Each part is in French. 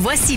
Voici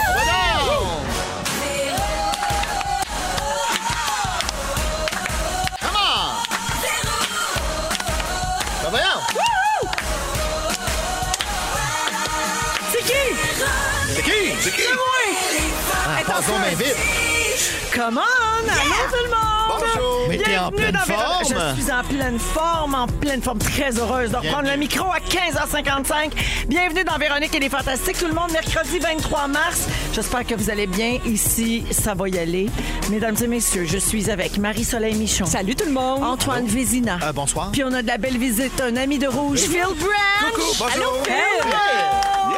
Come on! Ben voyons! C'est qui? C'est qui? C'est qui? Ah, passe donc bien vite! Comment? Allô tout le monde! Bonjour. Mais t'es Bienvenue en pleine dans Véronique. forme. Je suis en pleine forme, en pleine forme, très heureuse de reprendre le micro à 15h55. Bienvenue dans Véronique et les Fantastiques, tout le monde, mercredi 23 mars. J'espère que vous allez bien ici, ça va y aller. Mesdames et messieurs, je suis avec Marie-Soleil Michon. Salut tout le monde! Antoine Vézina. Ah Euh, bonsoir. Puis on a de la belle visite, un ami de rouge, Phil Branch. Coucou, bonjour. Allô, Phil.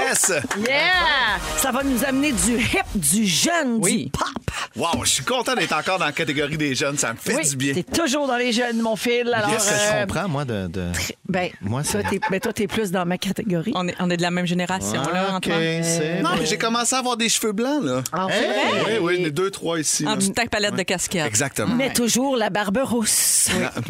Yes! Yeah! Ça va nous amener du hip, du jeune, du Oui. pop. Wow, je suis content d'être encore dans la catégorie des jeunes, ça me fait du bien. T'es toujours dans les jeunes, mon fil. Alors, Qu'est-ce que je euh, comprends, moi, de. de- ben, Moi, toi, c'est- t'es, ben, toi, t'es plus dans ma catégorie. On est, on est de la même génération, là, Ok, Antoine. c'est. Eh Non, mais j'ai commencé à avoir des cheveux blancs, là. Ah, c'est Hey! vrai? Oui, oui, les deux, trois ici. En là. petite palette de casquette. Exactement. Ah. Mais toujours la barbe rousse.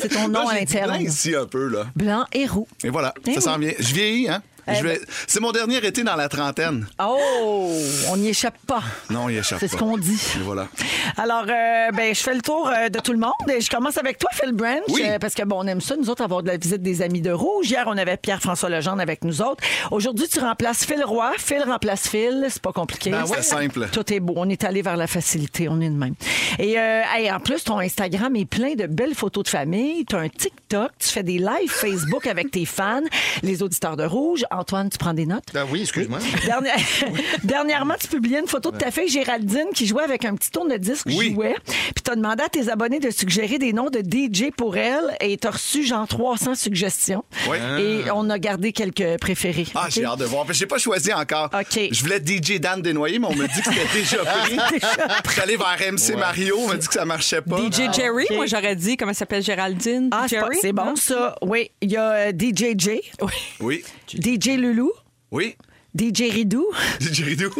C'est ton nom Là, à j'ai du blanc l'interne. ici un peu, là. Blanc et roux. Et voilà, ça Eh oui. Eh ben. s'en vient. Je vieillis, hein? Je vais- C'est mon dernier été dans la trentaine. Oh, on n'y échappe pas. Non, il échappe C'est ce pas. qu'on dit. Et voilà. Alors, euh, ben, je fais le tour euh, de tout le monde. Et je commence avec toi, Phil Branch, Oui. euh, parce que bon, on aime ça, nous autres, avoir de la visite des amis de rouge. Hier, on avait Pierre-François Legendre avec nous autres. Aujourd'hui, tu remplaces Phil Roy. Phil remplace Phil. C'est pas compliqué. Ben ouais. C'est simple. Tout est beau. On est allé vers la facilité. On est de même. Et euh, hey, en plus, ton Instagram est plein de belles photos de famille. Tu as un TikTok. Tu fais des lives Facebook avec tes fans, les auditeurs de rouge. Antoine, tu prends des notes? Ah oui, excuse-moi. Dernière- Dernièrement, tu publiais une photo de ta fille Géraldine qui jouait avec un petit tourne-disque Oui. jouet. Puis t'as demandé à tes abonnés de suggérer des noms de DJ pour elle et t'as reçu genre 300 suggestions. Oui. Et on a gardé quelques préférés. Ah, j'ai Ok? hâte de voir. Je n'ai pas choisi encore. OK. Ah, Je voulais DJ Dan Desnoyers, mais on me dit que c'était déjà pris. Je suis allé vers MC Mario, on m'a dit que ça marchait pas. DJ Jerry, Ah, ok. moi j'aurais dit, comment elle s'appelle Géraldine? Ah, c'est pas- Jerry? c'est bon Non? ça. Oui, il y a euh, DJ J, Oui. Oui. DJ Loulou, Oui. DJ Ridou, DJ Ridou.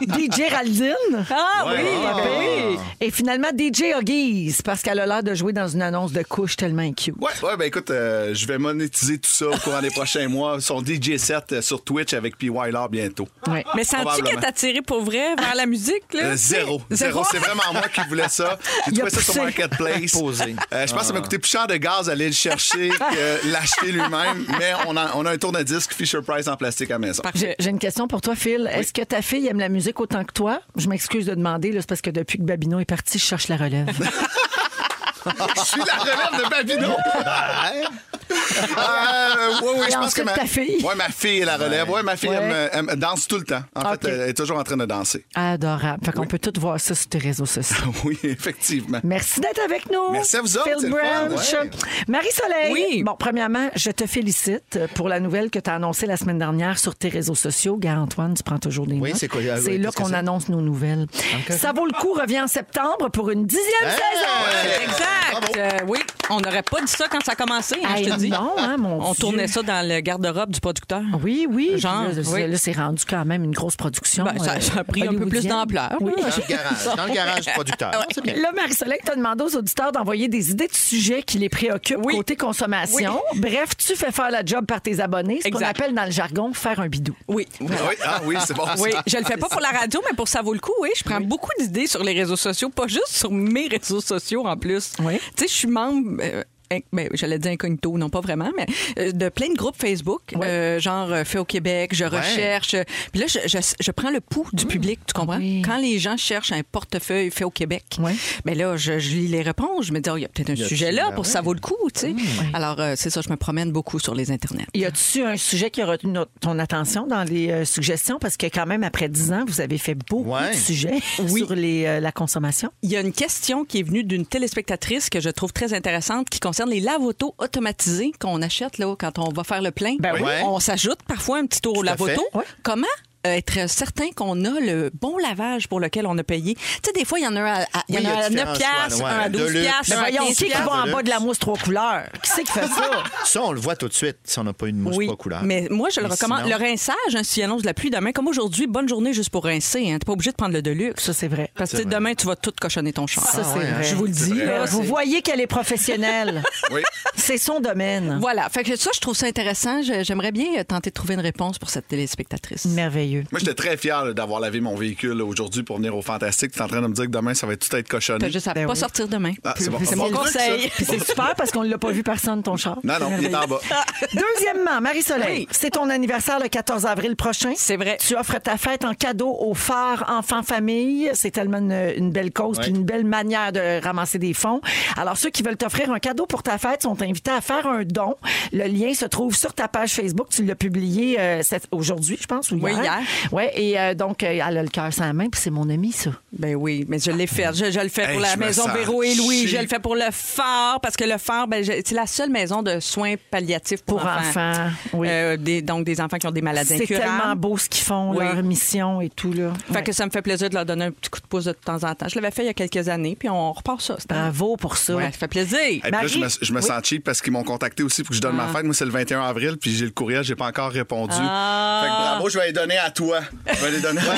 DJ Géraldine. Ah Ouais. oui, Ah. ben oui. Et finalement, DJ Huggies, parce qu'elle a l'air de jouer dans une annonce de couche tellement cute. Ouais, ouais, ben écoute, euh, je vais monétiser tout ça au courant des prochains mois. Son DJ set euh, sur Twitch avec PY Law bientôt. Ouais. Mais sens-tu Probablement. qu'elle t'a tiré pour vrai vers la musique? Là? Euh, zéro. Zéro. Zéro. C'est vraiment moi qui voulais ça. J'ai Il a trouvé ça sur poussé. Ah. Marketplace. Posé. Euh, je pense que ça m'a coûté plus cher de gaz aller le chercher que l'acheter lui-même. Mais on a, on a un tour de disque Fisher Price en plastique à la maison. J'ai j'ai une question pour toi, Phil. Est-ce que ta fille aime la musique autant que toi? Je m'excuse de demander, là, c'est parce que depuis que Babino est parti, je cherche la relève. Je suis la relève de Babino. Euh, oui, oui, Et je pense que ensuite, ma... ta fille. Ouais, ma fille est la relève. Ouais, ma fille Ouais. aime- aime- danse tout le temps. En Ok. fait, elle est toujours en train de danser. Adorable. Fait qu'on peut tout voir ça sur tes réseaux sociaux. Oui, effectivement. Merci d'être avec nous. Merci à vous autres, c'est Phil le fun, Branch. ouais. Marie-Soleil. Oui. Bon, premièrement, je te félicite pour la nouvelle que tu as annoncée la semaine dernière sur tes réseaux sociaux. Gars, Antoine, tu prends toujours des Oui, notes. c'est quoi? Ah oui, C'est là qu'est-ce que qu'on c'est? annonce nos nouvelles. Ça vaut le coup revient en septembre pour une dixième saison. Exact. Euh, oui, on n'aurait pas dit ça quand ça a commencé, hein, je te Hey, dis. non, hein, mon on Dieu. tournait ça dans le garde-robe du producteur. Oui, oui. Genre, Puis là, oui. là, c'est rendu quand même une grosse production. Ben, ça- ça a pris un peu plus hollywoodienne. d'ampleur, Oui. Dans le garage, dans le garage du producteur. C'est bien. Là, Marie-Soleil, tu as demandé aux auditeurs d'envoyer des idées de sujets qui les préoccupent Oui. côté consommation. Bref, tu fais faire la job par tes abonnés, ce qu'on Exact. appelle dans le jargon faire un bidou. Oui. Oui, ah oui, c'est bon. Oui, ça. je le fais pas pour la radio, mais pour ça vaut le coup, oui. Je prends beaucoup d'idées sur les réseaux sociaux, pas juste sur mes réseaux sociaux en plus. Oui. Tu sais, je suis membre. euh, inc- ben, j'allais dire incognito, non pas vraiment, mais euh, de plein de groupes Facebook, euh, genre euh, Fait au Québec, je recherche. euh, Puis là, je, je- je prends le pouls du public, tu comprends? Oui. Quand les gens cherchent un portefeuille Fait au Québec, Oui. ben là, je, je lis les réponses, je me dis, oh, il y a peut-être un a-tu- sujet là ben pour ouais. ça vaut le coup, tu sais. Alors, euh, c'est ça, je me promène beaucoup sur les internets. Y a-tu un sujet qui a retenu notre- ton attention dans les euh, suggestions? Parce que quand même, après 10 ans, vous avez fait beaucoup Ouais. de sujets sur les, euh, la consommation. Il y a une question qui est venue d'une téléspectatrice que je trouve très intéressante qui concerne les lave-autos automatisés qu'on achète là, quand on va faire le plein. Ben oui. On s'ajoute parfois un petit tour au Tout à lave-auto. fait. Ouais. Comment euh, être certain qu'on a le bon lavage pour lequel on a payé. Tu sais, des fois, il y en a un à, à- il y Oui, en a il y a un à 9 différents piastres, choix, un ouais. à 12 Deluxe. piastres, Mais un à Ben, voyons, 15 qui est qui va Ben, piastres. en bas de la mousse trois couleurs? Qui c'est qui fait ça? Ça, on le voit tout de suite si on n'a pas une mousse Oui, trois couleurs. mais moi, je le Mais recommande. sinon- Le rinçage, hein, s'il annonce de la pluie demain, comme aujourd'hui, bonne journée juste pour rincer. Hein. T'es pas obligé de prendre le Deluxe. Ça, c'est vrai. Parce que demain, tu vas tout cochonner ton char. Ça, c'est ouais, hein, vrai. je vous le dis. Mais là, Vous c'est- voyez qu'elle est professionnelle. Oui. C'est son domaine. Voilà. Fait que ça, je trouve ça intéressant. Je- J'aimerais bien euh, tenter de trouver une réponse pour cette téléspectatrice. Merveilleux. Moi, j'étais très fier là, d'avoir lavé mon véhicule là, aujourd'hui pour venir au Fantastique. Tu es en train de me dire que demain, ça va tout être T'as cochonné. juste à Ben pas oui. sortir demain. Ah, c'est bon. C'est mon Bon truc, conseil. ça. Puis c'est super parce qu'on ne l'a pas vu personne, ton char. Non, non, il est en bas. Deuxièmement, Marie-Soleil, Oui. c'est ton anniversaire le 14 avril prochain. C'est vrai. Tu offres ta fête en cadeau aux phares enfants-famille. C'est tellement une, une belle cause puis une belle manière de ramasser des fonds. Alors, ceux qui veulent t'offrir un cadeau pour ta fête sont invités à faire un don. Le lien se trouve sur ta page Facebook. Tu l'as publié euh, cette- aujourd'hui, je pense, ou hier. Oui, hier. Ouais, et euh, donc, euh, elle a le cœur sans la main, puis c'est mon ami, ça. Ben oui, mais je l'ai fait. Je, je le fais Hey, pour je la me maison sens Véro et Louis. chier. Je le fais pour le phare, parce que le phare, ben, je- c'est la seule maison de soins palliatifs pour, Pour enfants, oui. Euh, des- donc, des enfants qui ont des maladies C'est incurables. tellement beau ce qu'ils font, Oui. leur mission et tout, là. Fait Ouais. que ça me fait plaisir de leur donner un petit coup de pouce de temps en temps. Je l'avais fait il y a quelques années, puis on repart ça. cette année. Bravo pour ça. Ouais, ça fait plaisir. Et puis là, Marie- je me, je me Oui. sens cheap parce qu'ils m'ont contacté aussi pour que je donne ma fête. Moi, c'est le 21 avril, puis j'ai le courriel, j'ai pas encore répondu. Ah. Fait que bravo, je vais les donner à toi. Je vais les donner à toi.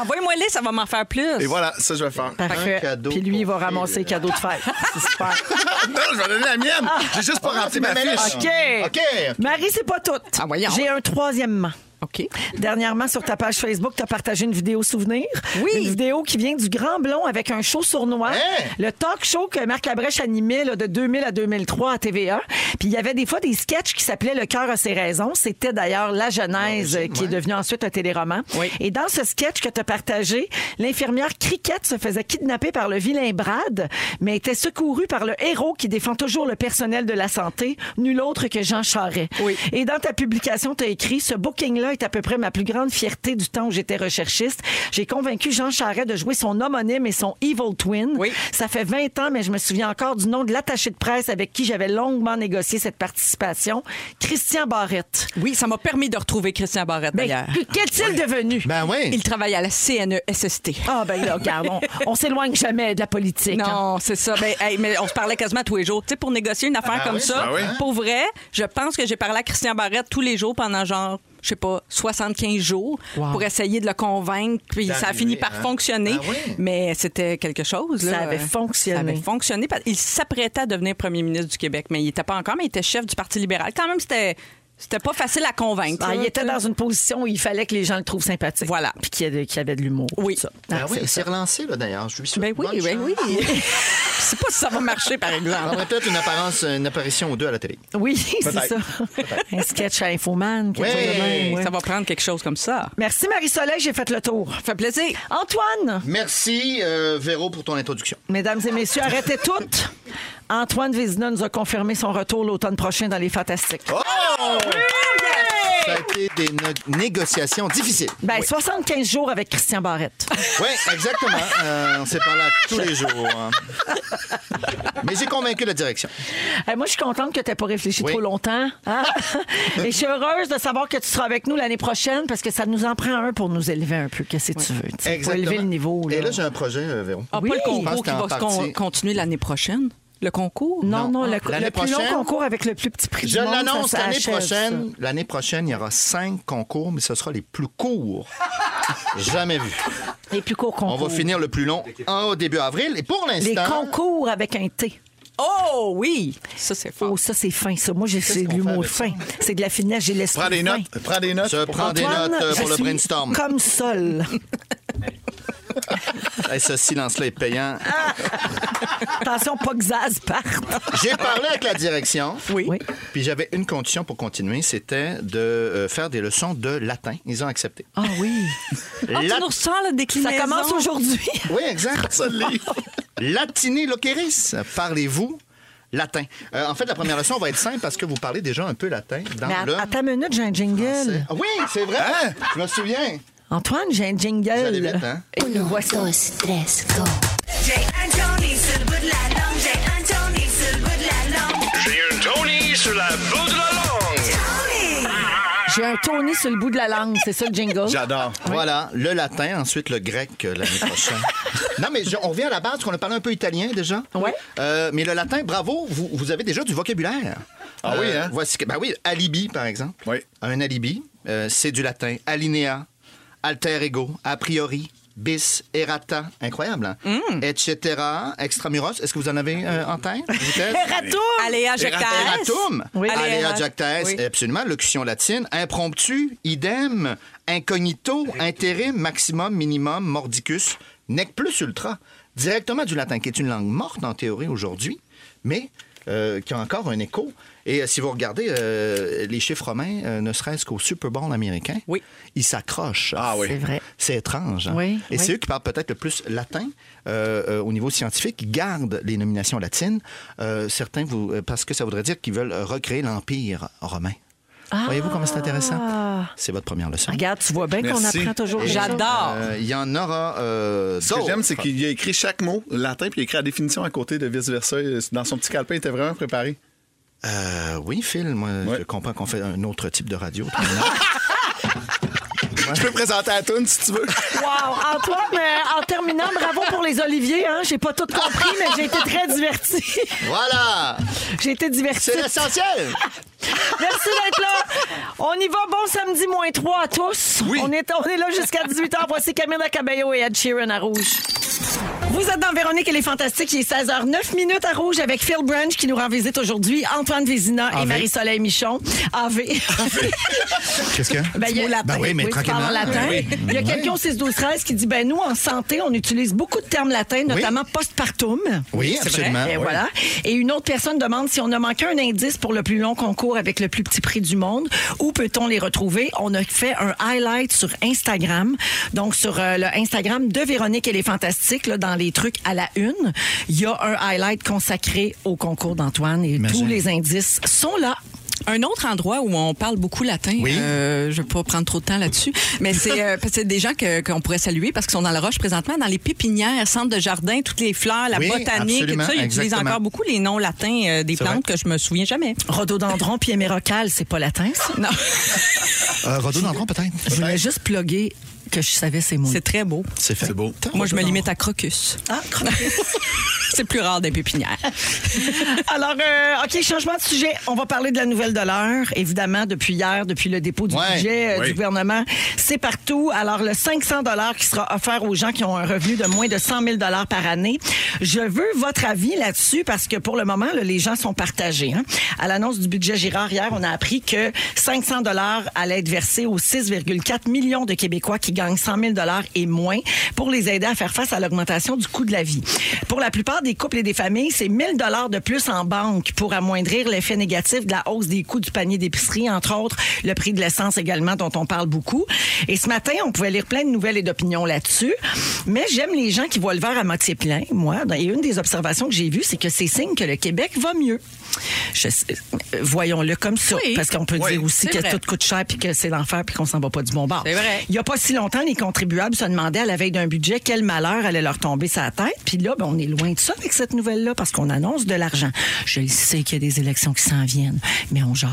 Envoie-moi les, ça va m'en faire plus. euh, Et voilà, ça, je vais faire. Ah. Parfait. Un cadeau Puis lui, il va pour ramasser les Phil. cadeaux de fête. C'est super. non, je vais donner la mienne. Ah. J'ai juste pas rempli ma fiche. OK. OK. Marie, c'est pas tout. Ah, voyons. J'ai un troisièmement. OK. Dernièrement, sur ta page Facebook, tu as partagé une vidéo souvenir. Oui. Une vidéo qui vient du Grand Blond avec un show sournois. Hein? Le talk show que Marc Labrèche animait là, de 2000 à 2003 à TVA. Puis il y avait des fois des sketchs qui s'appelaient Le cœur a ses raisons. C'était d'ailleurs La Genèse qui est devenue ensuite un téléroman. Oui. Et dans ce sketch que tu as partagé, l'infirmière Cricket se faisait kidnapper par le vilain Brad, mais était secourue par le héros qui défend toujours le personnel de la santé, nul autre que Jean Charest. Oui. Et dans ta publication, tu as écrit Ce booking-là est à peu près ma plus grande fierté du temps où j'étais recherchiste. J'ai convaincu Jean Charest de jouer son homonyme et son evil twin. Oui. Ça fait 20 ans, mais je me souviens encore du nom de l'attaché de presse avec qui j'avais longuement négocié cette participation, Christian Barrette. Oui, ça m'a permis de retrouver Christian Barrette Ben, d'ailleurs. qu'est-il devenu? Ben oui. Il travaille à la E CNESST. Ah ben là, regarde, on, on s'éloigne jamais de la politique. hein. Non, c'est ça. Ben, hey, mais on se parlait quasiment tous les jours. Tu sais, pour négocier une affaire Ah ben comme oui, ça, ben oui. pour vrai, je pense que j'ai parlé à Christian Barrette tous les jours pendant genre, je sais pas, 75 jours Wow. pour essayer de le convaincre. Puis ça a D'arriver, fini par hein. fonctionner. Ah oui. Mais c'était quelque chose. Ça là. avait fonctionné. Ça avait fonctionné. parce- Il s'apprêtait à devenir premier ministre du Québec, mais il était pas encore, mais il était chef du Parti libéral. Quand même, c'était. C'était pas facile à convaincre. Ah, il était dans une position où il fallait que les gens le trouvent sympathique. Voilà. Puis qu'il y avait, qu'il y avait de l'humour. Oui. tout ça. Ben Ah, oui, c'est il ça. s'est relancé, là, d'ailleurs. Je lui souhaite Ben oui, bonne ben chance. oui. Je sais pas si ça va marcher, par On exemple. aurait peut-être une, apparence, une apparition ou deux à la télé. Oui, c'est ça. Un sketch à Infoman. quelque chose de Ouais. même, ouais. Ça va prendre quelque chose comme ça. Merci Marie-Soleil, j'ai fait le tour. Ça fait plaisir. Antoine, Merci, euh, Véro, pour ton introduction. mesdames et messieurs, arrêtez toutes. Antoine Vézina nous a confirmé son retour l'automne prochain dans les Fantastiques. Oh, Ça a été des no- négociations difficiles. Ben, 75 jours avec Christian Barrette. Oui, exactement. Euh, on s'est parlé à tous les jours. hein. Mais j'ai convaincu la direction. Eh, moi, je suis contente que tu n'aies pas réfléchi Oui. trop longtemps. hein? Et je suis heureuse de savoir que tu seras avec nous l'année prochaine parce que ça nous en prend un pour nous élever un peu. Qu'est-ce que tu veux? tu sais, Pour Exactement. élever le niveau. Et là, là. j'ai un projet, euh, Véro. Ah, Oui. pas le Je pense concours qui qu'en va se con- partie- continuer l'année prochaine? Le concours? non, non, Non. le, L'année le plus long prochaine- concours avec le plus petit prix Je du monde, ça l'annonce l'année s'achève, prochaine. L'année prochaine, il y aura cinq concours, mais ce sera les plus courts. Jamais vu. ça. Les plus courts concours. On va finir le plus long en au début avril. Et pour Les l'instant, concours avec un T. Oh oui! Ça, c'est fort. Oh, ça, c'est fin, ça. Moi, j'ai c'est de qu'on fait l'humour avec fin. C'est de la finesse, j'ai l'esprit. Prends des fin. notes. Prends des notes. je prends des Antoine, notes euh, je pour le suis brainstorm. Comme sol. Hey, ce silence-là est payant. Attention, pas que Zaz parte. J'ai parlé avec la direction. Oui. Oui. Puis j'avais une condition pour continuer, c'était de euh, faire des leçons de latin. Ils ont accepté. Ah oui. La- Ah, tu nous ressens la Ça déclinaison. commence aujourd'hui. Oui, exact. Ça, le livre. Latini loqueris. Parlez-vous latin. Euh, en fait, la première leçon va être simple parce que vous parlez déjà un peu latin dans Mais le. à, à ta minute, j'ai un jingle. français. Ah Oui, c'est vrai. Hein? Je me souviens. Antoine, j'ai un allez jingle. vite, hein? Et nous voici. J'ai un Tony sur le bout de la langue. J'ai un Tony sur le bout de la langue. J'ai un Tony sur la bout de la langue. Tony! J'ai un Tony sur le bout de la langue, c'est ça le jingle? J'adore. Voilà, le latin, ensuite le grec euh, l'année prochaine. non, mais je- on revient à la base, parce qu'on a parlé un peu italien déjà. Ouais. Euh, mais le latin, bravo, vous, vous avez déjà du vocabulaire. Ah oui, hein? Voici, que- ben oui, alibi, par exemple. Oui. Un alibi, euh, c'est du latin. Alinea, alter ego, a priori, bis, errata. Incroyable, hein? Mm. Etc. Extramuros. Est-ce que vous en avez euh, en tête? peut-être? Ratou! Aléa jactae. Erratum. Oui. Aléa Aléa. jactaes, Oui. absolument. Locution latine. Impromptu, idem, incognito, intérim, maximum, minimum, mordicus, nec plus ultra. Directement du latin, qui est une langue morte en théorie aujourd'hui, mais euh, qui a encore un écho. Et euh, si vous regardez euh, les chiffres romains, euh, ne serait-ce qu'au Super Bowl américain, Oui. ils s'accrochent. Ah oui. C'est vrai. C'est étrange. hein. Oui, Et oui. c'est eux qui parlent peut-être le plus latin euh, euh, au niveau scientifique, qui gardent les nominations latines. Euh, certains, vous, euh, parce que ça voudrait dire qu'ils veulent recréer l'empire romain. Voyez-vous comment c'est intéressant? C'est votre première leçon. Regarde, tu vois bien qu'on Merci. apprend toujours des choses. J'adore. Euh, Il y en aura euh, Ce que j'aime, c'est d'autres. qu'il a écrit chaque mot latin, puis il a écrit la définition à côté de vice-versa. Dans son petit calepin, il était vraiment préparé. Euh, oui, Phil, moi, Ouais. je comprends qu'on fait un autre type de radio. Je peux présenter à Toon si tu veux. Wow! Antoine, euh, en terminant, bravo pour les oliviers. Hein? J'ai pas tout compris, mais j'ai été très divertie. voilà! j'ai été divertie. C'est l'essentiel! Merci d'être là. On y va. Bon samedi, moins 3 à tous. On, est, on est là jusqu'à 18h. Voici Camila Cabello et Ed Sheeran à Rouge. Vous êtes dans Véronique et les Fantastiques. Il est 16h09 minutes à Rouge avec Phil Branch qui nous rend visite aujourd'hui, Antoine Vézina et Marie-Soleil Michon. AV. Qu'est-ce que? Ben, il y a- Ben oui, mais tu parles en tranquillement. latin. Ben oui. Il y a Ouais. quelqu'un au 6 12 13 qui dit ben nous en santé on utilise beaucoup de termes latins notamment postpartum. Oui, absolument. Et oui. voilà. Et une autre personne demande si on a manqué un indice pour le plus long concours avec le plus petit prix du monde, où peut-on les retrouver On a fait un highlight sur Instagram, donc sur euh, le Instagram de Véronique et les Fantastiques là, dans les trucs à la une, il y a un highlight consacré au concours d'Antoine et tous les indices sont là. Un autre endroit où on parle beaucoup latin, Oui. euh, je ne vais pas prendre trop de temps là-dessus, mais c'est euh, parce que c'est des gens que- qu'on pourrait saluer parce qu'ils sont dans la roche présentement, dans les pépinières, centre de jardin, toutes les fleurs, la Oui, botanique et tout absolument, ça. Ils utilisent exactement. encore beaucoup les noms latins euh, des C'est plantes que je me souviens jamais. Rhododendron puis émérocal, c'est pas latin ça Non, Euh, Rhododendron, peut-être? Je voulais juste plugger que je savais ces mots. c'est très beau. C'est fait. C'est beau. Moi, je me limite à crocus. Ah, c'est plus rare des pépinières. Alors, euh, OK, changement de sujet. On va parler de la nouvelle de l'heure. Évidemment, depuis hier, depuis le dépôt du Ouais, budget euh, oui. du gouvernement, c'est partout. Alors, le 500 qui sera offert aux gens qui ont un revenu de moins de 100 000 par année. Je veux votre avis là-dessus parce que pour le moment, là, les gens sont partagés. hein. À l'annonce du budget Girard hier, on a appris que 500 allait être versé aux 6,4 millions de Québécois qui gagnent 100 000 et moins pour les aider à faire face à l'augmentation du coût de la vie. Pour la plupart des couples et des familles, c'est 1000 dollars de plus en banque pour amoindrir l'effet négatif de la hausse des coûts du panier d'épicerie, entre autres le prix de l'essence également dont on parle beaucoup. Et ce matin, on pouvait lire plein de nouvelles et d'opinions là-dessus. Mais j'aime les gens qui voient le verre à moitié plein, moi. Et une des observations que j'ai vues, c'est que c'est signe que le Québec va mieux. Je sais- euh, Voyons-le comme ça, Oui. parce qu'on peut Oui, dire aussi c'est que vrai. tout coûte cher puis que c'est l'enfer puis qu'on s'en va pas du bon bord. C'est vrai. Il n'y a pas si longtemps, les contribuables se demandaient à la veille d'un budget quel malheur allait leur tomber sa tête. Puis là, ben, on est loin de ça avec cette nouvelle-là parce qu'on annonce de l'argent. Je le sais qu'il y a des élections qui s'en viennent, mais on jase.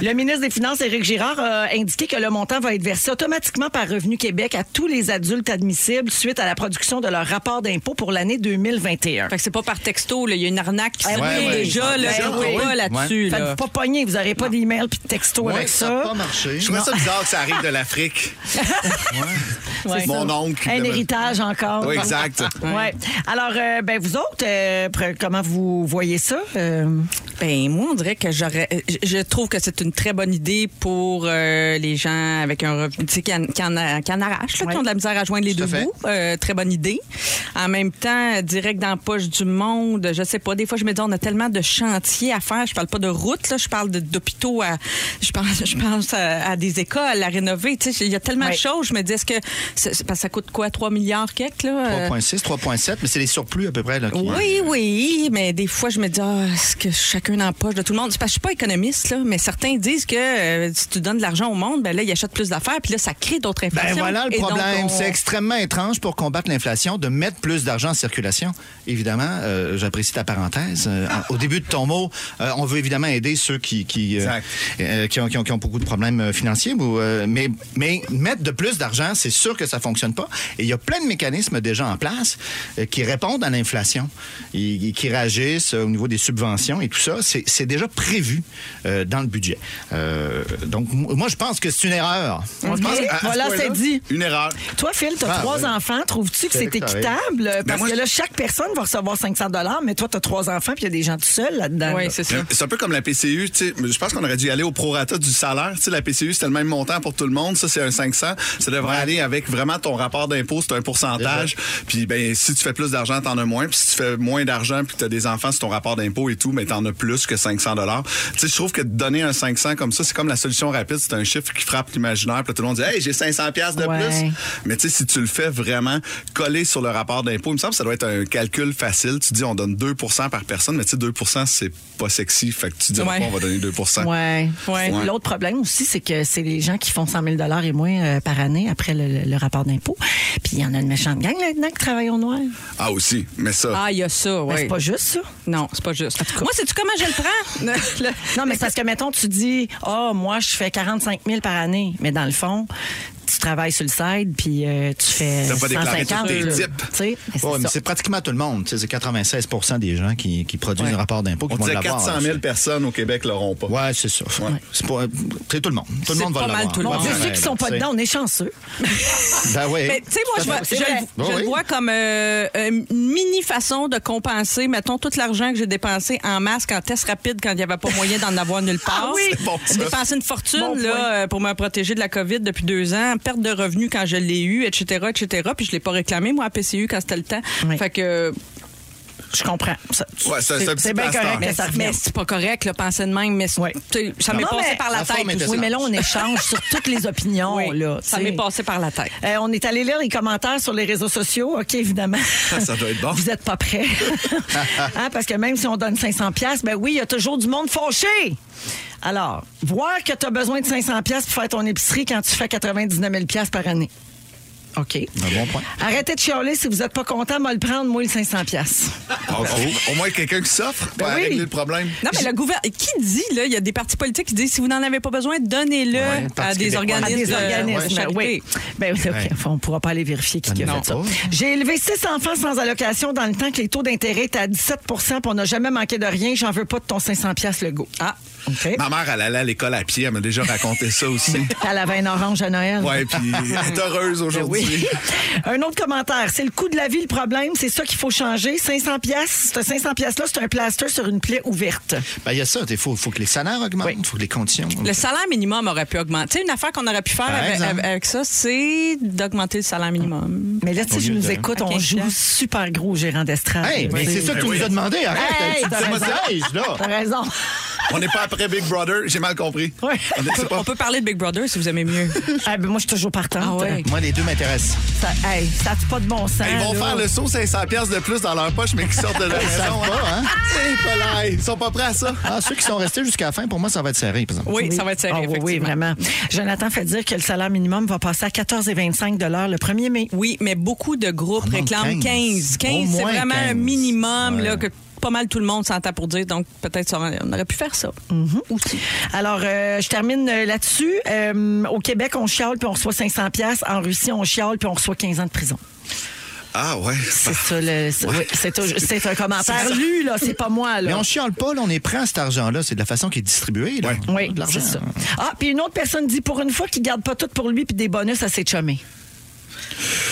Le ministre des Finances, Éric Girard, a indiqué que le montant va être versé automatiquement par Revenu Québec à tous les adultes admissibles suite à la production de leur rapport d'impôt pour l'année 2021. Fait que c'est pas par texto, là. il y a une arnaque qui se Ouais, fait ouais. déjà, là, Ouais, je ouais. ne pas là-dessus. Faites-vous là. pas pogner, vous n'aurez pas d'email puis de texto Ouais, avec ça ça. a pas marché. Je trouvais ça bizarre que ça arrive de l'Afrique. Ouais. Mon oncle. Un de- héritage encore. Oui, exact. Ouais. Alors, euh, ben vous autres, euh, pre- comment vous voyez ça? Euh, Ben moi, on dirait que j'aurais. je- Je trouve que c'est une très bonne idée pour euh, les gens avec un revenu, tu sais, qui en, qui en a- qui en arrachent, là, Ouais. qui ont de la misère à joindre les Tout à deux fait. bouts. Euh, très bonne idée. En même temps, direct dans la poche du monde, je sais pas. Des fois, je me dis, on a tellement de chantiers à faire. Je parle pas de route, là, je parle de- d'hôpitaux, à- je pense, je pense à, à des écoles à rénover. Tu sais, il y a tellement Ouais. de choses. Je me dis, est-ce que c'est- c'est- parce que ça coûte quoi, 3 milliards quelques là? Euh, 3,6, 3,7, mais c'est les surplus à peu près. Là, qui- oui, oui, mais des fois, je me dis, ah, est-ce que chacun chacun dans la poche de tout le monde. C'est Parce que je suis pas économiste, là, mais certains disent que euh, si tu donnes de l'argent au monde, ben là, ils achètent plus d'affaires, puis là, ça crée d'autres Ben inflations. voilà le Et donc, problème. on- C'est extrêmement étrange pour combattre l'inflation de mettre plus d'argent en circulation. Évidemment, euh, j'apprécie ta parenthèse. Euh, en- au début de ton mot, euh, on veut évidemment aider ceux qui, qui, euh, Exact. euh, qui, ont, qui ont- qui ont beaucoup de problèmes euh, financiers. ou, euh, mais, mais mettre de plus d'argent, c'est sûr que ça fonctionne pas. Et il y a plein de mécanismes déjà en place euh, qui répondent à l'inflation, et- et qui réagissent euh, au niveau des subventions et tout ça. C'est c'est déjà prévu euh, dans le budget. Euh, donc, m- moi, je pense que c'est une erreur. Ok, Je pense Ah, qu'à- à ce Voilà, point-là, c'est dit. Une erreur. Toi, Phil, tu as Ah, trois ouais. enfants. Trouves-tu que C'est c'est correct. équitable? Parce Ben, moi, que je- là, chaque personne va recevoir 500 mais toi, tu as trois enfants, puis il y a des gens tout seuls là-dedans. Oui, là. c'est ça. Mais C'est un peu comme la PCU. tu sais, Je pense qu'on aurait dû y aller au prorata du salaire. Tu sais, la PCU, c'était le même montant pour tout le monde. Ça, c'est un 500. Ça devrait aller avec vraiment ton rapport d'impôt. C'est un pourcentage. Puis, ben, si tu fais plus d'argent, t'en as moins. Puis, si tu fais moins d'argent, puis que t'as des enfants, c'est ton rapport d'impôt et tout, mais t'en as plus que 500 Tu sais, je trouve que de donner un 500 comme ça, c'est comme la solution rapide. C'est un chiffre qui frappe l'imaginaire. Puis, là, tout le monde dit, hey, j'ai 500 piastres de Ouais. plus. Mais tu sais, si tu le fais vraiment collé sur le rapport d'impôt, il me semble que ça doit être un calcul facile. Tu dis on donne 2 par personne, mais tu sais, 2 c'est pas sexy. Fait que tu dis Ouais. on va donner 2 Ouais. Ouais. C'est- L'autre problème aussi, c'est que c'est les gens qui font 100 000 et moins euh, par année après le, le- le rapport d'impôt. Puis il y en a une méchante gang là-dedans qui travaille au noir. Ah aussi, mais ça. Ah, il y a ça, Ben, oui. c'est pas juste, ça. Non, c'est pas juste. Moi, sais-tu comment je le prends? Le- Non, mais c'est parce que, mettons, tu dis, ah, moi, je fais 45 000 par année. Mais dans le fond, tu travailles sur le side, puis euh, tu fais T'as pas déclaré 150 tous tes Oh, là. types. Tu sais, mais c'est Ouais, mais ça. c'est pratiquement tout le monde. Tu sais, C'est 96 des gens qui, qui produisent un rapport d'impôt qui on vont disait l'avoir. 400 000 là, personnes au Québec l'auront pas. c'est- Ouais, c'est ça. C'est pas- c'est tout le monde. Tout le C'est monde va pas mal l'avoir. tout le Mon monde. Dieu, Ouais, ceux qui sont pas tu sais. dedans, on est chanceux. Ben ouais. Mais, tu sais, moi, je, vois- C'est je vrai. le- Bah je oui. le vois comme euh, une mini façon de compenser, mettons, tout l'argent que j'ai dépensé en masque, en test rapide, quand il n'y avait pas moyen d'en avoir nulle part. Ah oui. C'est bon, ça. J'ai dépensé une fortune Bon point. là, euh, pour me protéger de la COVID depuis deux ans, perte de revenus quand je l'ai eu, etc., etc. Puis je ne l'ai pas réclamé, moi, à PCU, quand c'était le temps. Oui. Fait que Je comprends. Ça- Ouais, c'est- c'est un petit c'est bien pasteur. correct que Mais, ça mais revienne. c'est pas correct, le penser de même, mais c'est- Ouais. tu sais, ça m'est Non, passé mais par la la forme tête. était Oui, mais là, on échange sur toutes les opinions. Oui, là, ça tu sais. m'est passé par la tête. Euh, on est allé lire les commentaires sur les réseaux sociaux, OK, évidemment. Ah, Ça doit être bon. Vous n'êtes pas prêts. Hein, parce que même si on donne 500 pièces, ben oui, il y a toujours du monde fauché. Alors, voir que tu as besoin de 500 pièces pour faire ton épicerie quand tu fais 99 000 pièces par année. OK. Un bon point. Arrêtez de chialer si vous n'êtes pas content, moi le prendre, moi le 500 pièces. Au- au- Au moins quelqu'un qui s'offre pour Ben oui. régler le problème. Non, mais le gouvernement. Qui dit, là, il y a des partis politiques qui disent si vous n'en avez pas besoin, donnez-le Ouais, à Parti des québécois. À organismes. des de- organismes, ouais, charité. oui. Ben, oui, ok. Ouais. Enfin, on ne pourra pas aller vérifier qui, qui a Non. fait ça. Oh. J'ai élevé six enfants sans allocation dans le temps que les taux d'intérêt étaient à 17 puis on n'a jamais manqué de rien. J'en veux pas de ton 500 pièces le go. Ah, OK. Ma mère, elle allait à l'école à pied. Elle m'a déjà raconté ça aussi. À la veine orange à Noël. Ouais, puis elle est heureuse Ben oui. aujourd'hui. un autre commentaire. C'est le coût de la vie le problème. C'est ça qu'il faut changer. 500 pièces. Ce 500 pièces là, c'est un plaster sur une plaie ouverte. Ben, il y a ça. Il faut, faut que les salaires augmentent. Il faut que les conditions. Le salaire minimum aurait pu augmenter. Tu sais, une affaire qu'on aurait pu faire Par avec, exemple. avec- avec ça, c'est d'augmenter le salaire minimum. Mais là, si Au je lieu nous de- écoute, À on 15 joue piastres. super gros au gérant d'estrade. Hey, mais c'est ça que tu nous as demandé. Arrête. Hey, t'as C'est pas raison. ça, âge, là. T'as raison. On n'est pas après Big Brother. J'ai mal compris. Ouais. On est- c'est Oh. pas- On peut parler de Big Brother si vous aimez mieux. Ah, ben, moi, je suis toujours partante. Ah ouais. Moi, les deux m'intéressent. Ça, hey, ça a pas de bon sens. Ben, Ils vont là. faire le saut 500 pièces de plus dans leur poche, mais qui sortent de la maison. savent pas, hein? C'est pas là, Ils sont pas prêts à ça. Ah, ceux qui sont restés jusqu'à la fin, pour moi, ça va être serré, par exemple. Oui, ça va être serré, Ah oui, oui, effectivement. vraiment. Jonathan fait dire que le salaire minimum va passer à 14,25 le 1er mai. Oui, mais beaucoup de groupes Ah non, réclament 15. 15, 15. Au c'est moins vraiment 15. un minimum Ouais. là, que pas mal tout le monde s'entend pour dire. Donc, peut-être ça aurait- on aurait pu faire ça. Aussi. Alors, euh, je termine euh, là-dessus. Euh, au Québec, on chiale puis on reçoit 500 pièces. En Russie, on chiale puis on reçoit 15 ans de prison. Ah ouais. C'est ça, le, c'est, oui, c'est, au- c'est un commentaire lu, là. C'est pas moi, là. Mais on chiale pas, là, on est prêt à cet argent-là. C'est de la façon qui est distribuée. Là. Ouais. oui, De l'argent. c'est ça. Ah, puis une autre personne dit pour une fois qu'il garde pas tout pour lui puis des bonus à ses chumés.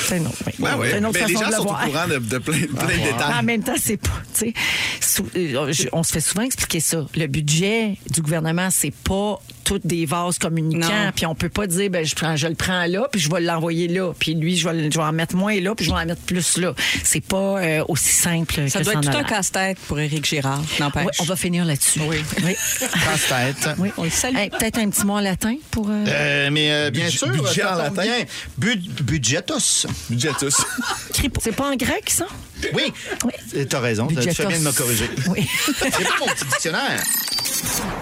C'est une autre, oui. Ben Ah, ouais. C'est une autre Mais les façon gens de le sont au voir. Ah, courant de, de plein, plein de Mais en détails. même temps, c'est pas. tu sais, sou- euh, je- on se fait souvent expliquer ça. Le budget du gouvernement, c'est pas toutes des vases communicants. Non. Puis on peut pas dire, ben, je, prends, je le prends là, puis je vais l'envoyer là. Puis lui, je vais, le- je vais en mettre moins là, puis je vais en mettre plus là. C'est pas euh, aussi simple Ça que doit être en tout a un l'air. casse-tête pour Éric Girard, n'empêche. Ouais, on va finir là-dessus. Oui. oui. Casse-tête. Oui. On le salue. Hey, Peut-être un petit mot en latin pour. euh, Euh, mais euh, bien Budget- sûr, budget ça en tombe latin. bien. Bud- budgetus. Budgetus. Cripo- C'est pas en grec, ça? Oui, Euh, t'as raison. Tu fais bien de me corriger. Oui. C'est pas mon petit dictionnaire.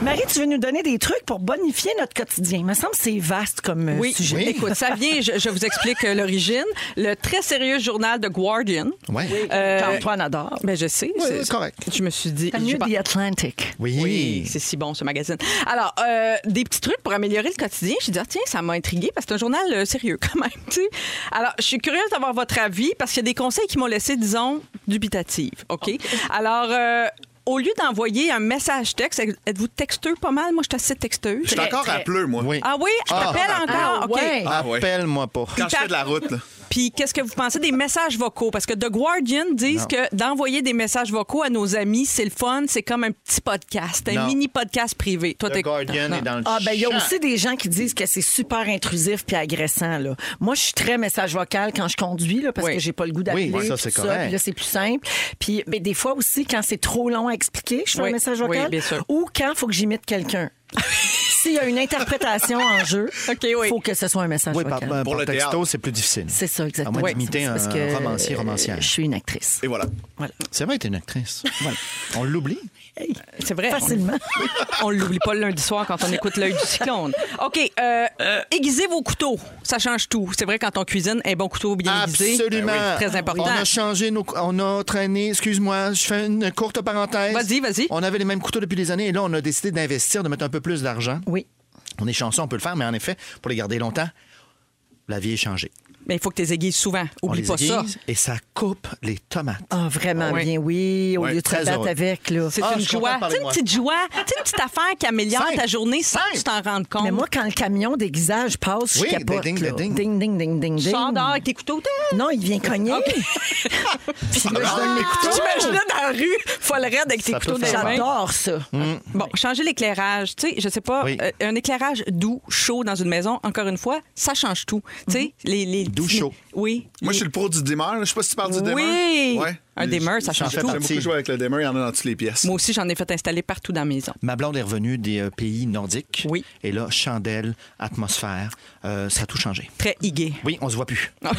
Marie, tu veux nous donner des trucs pour bonifier notre quotidien. Il me semble que c'est vaste comme euh, Oui, sujet. Oui. écoute, ça vient, je, je vous explique euh, l'origine. Le très sérieux journal The Guardian. Ouais. Oui. Euh, Antoine adore. ben, je sais. Oui, c'est correct. Je me suis dit. T'as j'ai mieux pas- The Atlantic. Oui. Oui, c'est si bon ce magazine. Alors, euh, des petits trucs pour améliorer le quotidien. J'ai dit, ah, tiens, ça m'a intrigué parce que c'est un journal euh, sérieux quand même. tu sais. Alors, je suis curieuse d'avoir votre avis parce qu'il y a des conseils qui m'ont laissé, disons, dubitative. OK? Alors, euh, au lieu d'envoyer un message texte, êtes-vous texteux pas mal? Moi, je suis assez texteuse. Je suis encore à pleu, moi. Oui. Ah oui, je Ah. t'appelle encore. Ah, OK. ouais. Ah ouais. Appelle-moi pas. Quand je fais de la route, là. Puis qu'est-ce que vous pensez des messages vocaux? Parce que The Guardian disent que d'envoyer des messages vocaux à nos amis, c'est le fun, c'est comme un petit podcast, un Non. mini-podcast privé. Toi, Le t'es- Guardian Non. est dans le Ah ben il y a champ. aussi des gens qui disent que c'est super intrusif puis agressant là. Moi je suis très message vocal quand je conduis là, parce Oui. que j'ai pas le goût Oui, ben, d'appeler ça, puis c'est tout correct. puis là c'est plus simple. Puis mais des fois aussi quand c'est trop long à expliquer, je fais Oui, un message vocal oui, bien sûr. ou quand faut que j'imite quelqu'un. S'il y a une interprétation en jeu, OK, oui. faut que ce soit un message Oui, par, vocal. par Pour le texto, théâtre. c'est plus difficile. C'est ça exactement. À moins Oui. d'imiter Parce un que, romancier, euh, romancière. Je suis une actrice. Et voilà. Voilà. C'est vrai, t'es une actrice. Voilà. On l'oublie. C'est vrai. Facilement. On l'oublie pas le lundi soir quand on écoute l'œil du cyclone. OK. Euh, Aiguisez vos couteaux. Ça change tout. C'est vrai, quand on cuisine, un bon couteau Ben bien aiguisé. Absolument. c'est très important. On a changé nos. cou- On a traîné. Excuse-moi, je fais une courte parenthèse. Vas-y, vas-y. On avait les mêmes couteaux depuis des années et là, on a décidé d'investir, de mettre un peu plus d'argent. Oui. On est chanceux, on peut le faire, mais en effet, pour les garder longtemps, la vie est changée. Mais il faut que tu les aiguises souvent. on Oublie les pas ça. aiguise et ça coupe les tomates. Ah vraiment Ah oui. bien oui, au Oui, lieu de se très battre heureux. avec là. C'est Ah, une je comprends, joie. Tu sais, une parlez-moi. petite joie. Tu sais, une petite affaire qui améliore Simple. ta journée sans que tu t'en rendes compte. Mais moi, quand le camion d'aiguisage passe, Oui, je capote. ding, ding, là. ding. ding, ding, ding, ding, tu ding. sors dehors avec tes couteaux. Non, il vient cogner. Puis là, je Ah, donne mes couteaux. J'imaginais dans la rue, folle raide avec tes Ça Mmh. peut couteaux dans les faire mains. mal. J'adore ça. Bon, changer l'éclairage, tu sais, je sais pas, Oui. euh, un éclairage doux, chaud dans une maison, encore une fois, ça change tout. Tu sais, les, les Mhm. Doux, petits- chaud. Oui. Moi, je suis le pro du dimmer. Je sais pas si tu parles du dimmer. Oui. Ouais. Un dimmer, ça j'en change fais tout. J'aime beaucoup jouer avec le dimmer. Il y en a dans toutes les pièces. Moi aussi, j'en ai fait installer partout dans la maison. Ma blonde est revenue des euh, pays nordiques. Oui. Et là, chandelle, atmosphère, euh, ça a tout changé. Très higué. Oui, on se voit plus. Ah.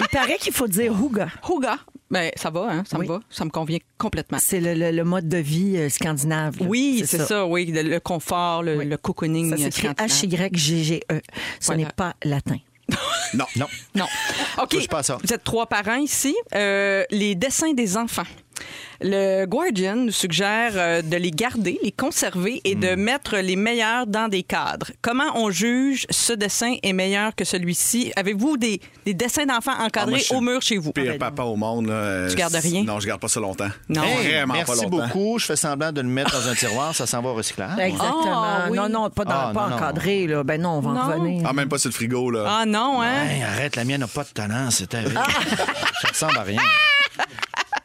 Il paraît qu'il faut dire houga. Houga, ben, ça va, hein, ça Oui. me va, ça me convient complètement. C'est le, le- le mode de vie euh, scandinave. là. Oui, c'est ça. oui, le, le confort, le, le cocooning. Ça euh, s'écrit scandinave. H-Y-G-G-E. E. Ce Voilà. n'est pas latin. Non. Non. Non. OK. Touche pas à ça. Vous êtes trois parents ici. Euh, les dessins des enfants. Le Guardian nous suggère euh, de les garder, les conserver et Hmm. de mettre les meilleurs dans des cadres. Comment on juge ce dessin est meilleur que celui-ci? Avez-vous des, des dessins d'enfants Ah, moi, encadrés je suis au mur chez vous? Le pire papa au monde. Là. Tu gardes rien? Non, je garde pas ça longtemps. Non. Hey, Vraiment pas Merci longtemps. beaucoup. Je fais semblant de le mettre dans un tiroir. Ça s'en va au recyclage. Exactement. Ah. oui. Non, non, pas, dans, Ah, pas non, non. encadré. Là. Ben non, on va en Non. revenir. Ah, même pas sur le frigo, là. Ah non, hein? Hey, arrête, la mienne n'a pas de talent. C'est terrible. Ah. ça ressemble à rien.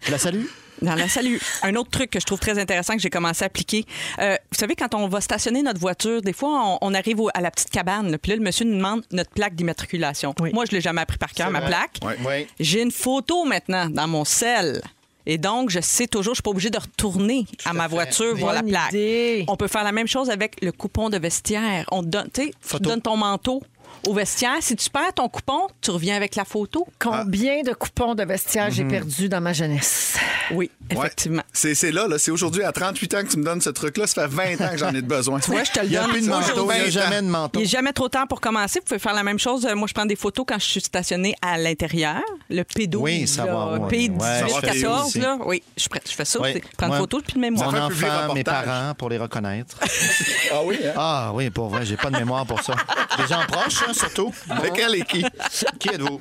Je la salue. Dans la salut. Un autre truc que je trouve très intéressant que j'ai commencé à appliquer. Euh, vous savez, quand on va stationner notre voiture, des fois, on, on arrive au- à la petite cabane, là, puis là, le monsieur nous demande notre plaque d'immatriculation. Oui. Moi, je l'ai jamais appris par cœur, ma vrai. plaque. Ouais. Ouais. J'ai une photo maintenant dans mon sel. Et donc, je sais toujours, je suis pas obligée de retourner à ma voiture voir la Bonne plaque. idée. On peut faire la même chose avec le coupon de vestiaire. On te donne, tu sais, tu Photo. donnes ton manteau au vestiaire. Si tu perds ton coupon, tu reviens avec la photo. Combien de coupons de vestiaire Mmh. j'ai perdu dans ma jeunesse? Oui, Ouais. effectivement. C'est c'est là, là. c'est aujourd'hui à 38 ans que tu me donnes ce truc-là. Ça fait 20 ans que j'en ai de besoin. Tu vois, je te le Il n'y a donne. plus de manteau. aujourd'hui. Il n'y a jamais de Il manteau. n'est jamais trop tard pour commencer. Vous pouvez faire la même chose. Euh, Moi, je prends des photos quand je suis stationnée à l'intérieur. Le P12, Oui, ça va, là, ouais. P18, Ouais, je fais ça 14. aussi. Là. Oui, je, suis prête, je fais ça. Oui. c'est Prendre Moi, photo puis de Mon mémoire. fait publier enfant, mes reportage. parents, pour les reconnaître. Ah oui, hein? Ah oui, pour vrai, j'ai pas de mémoire pour ça. Des gens proches, hein, surtout. Lequel est qui? Qui êtes-vous?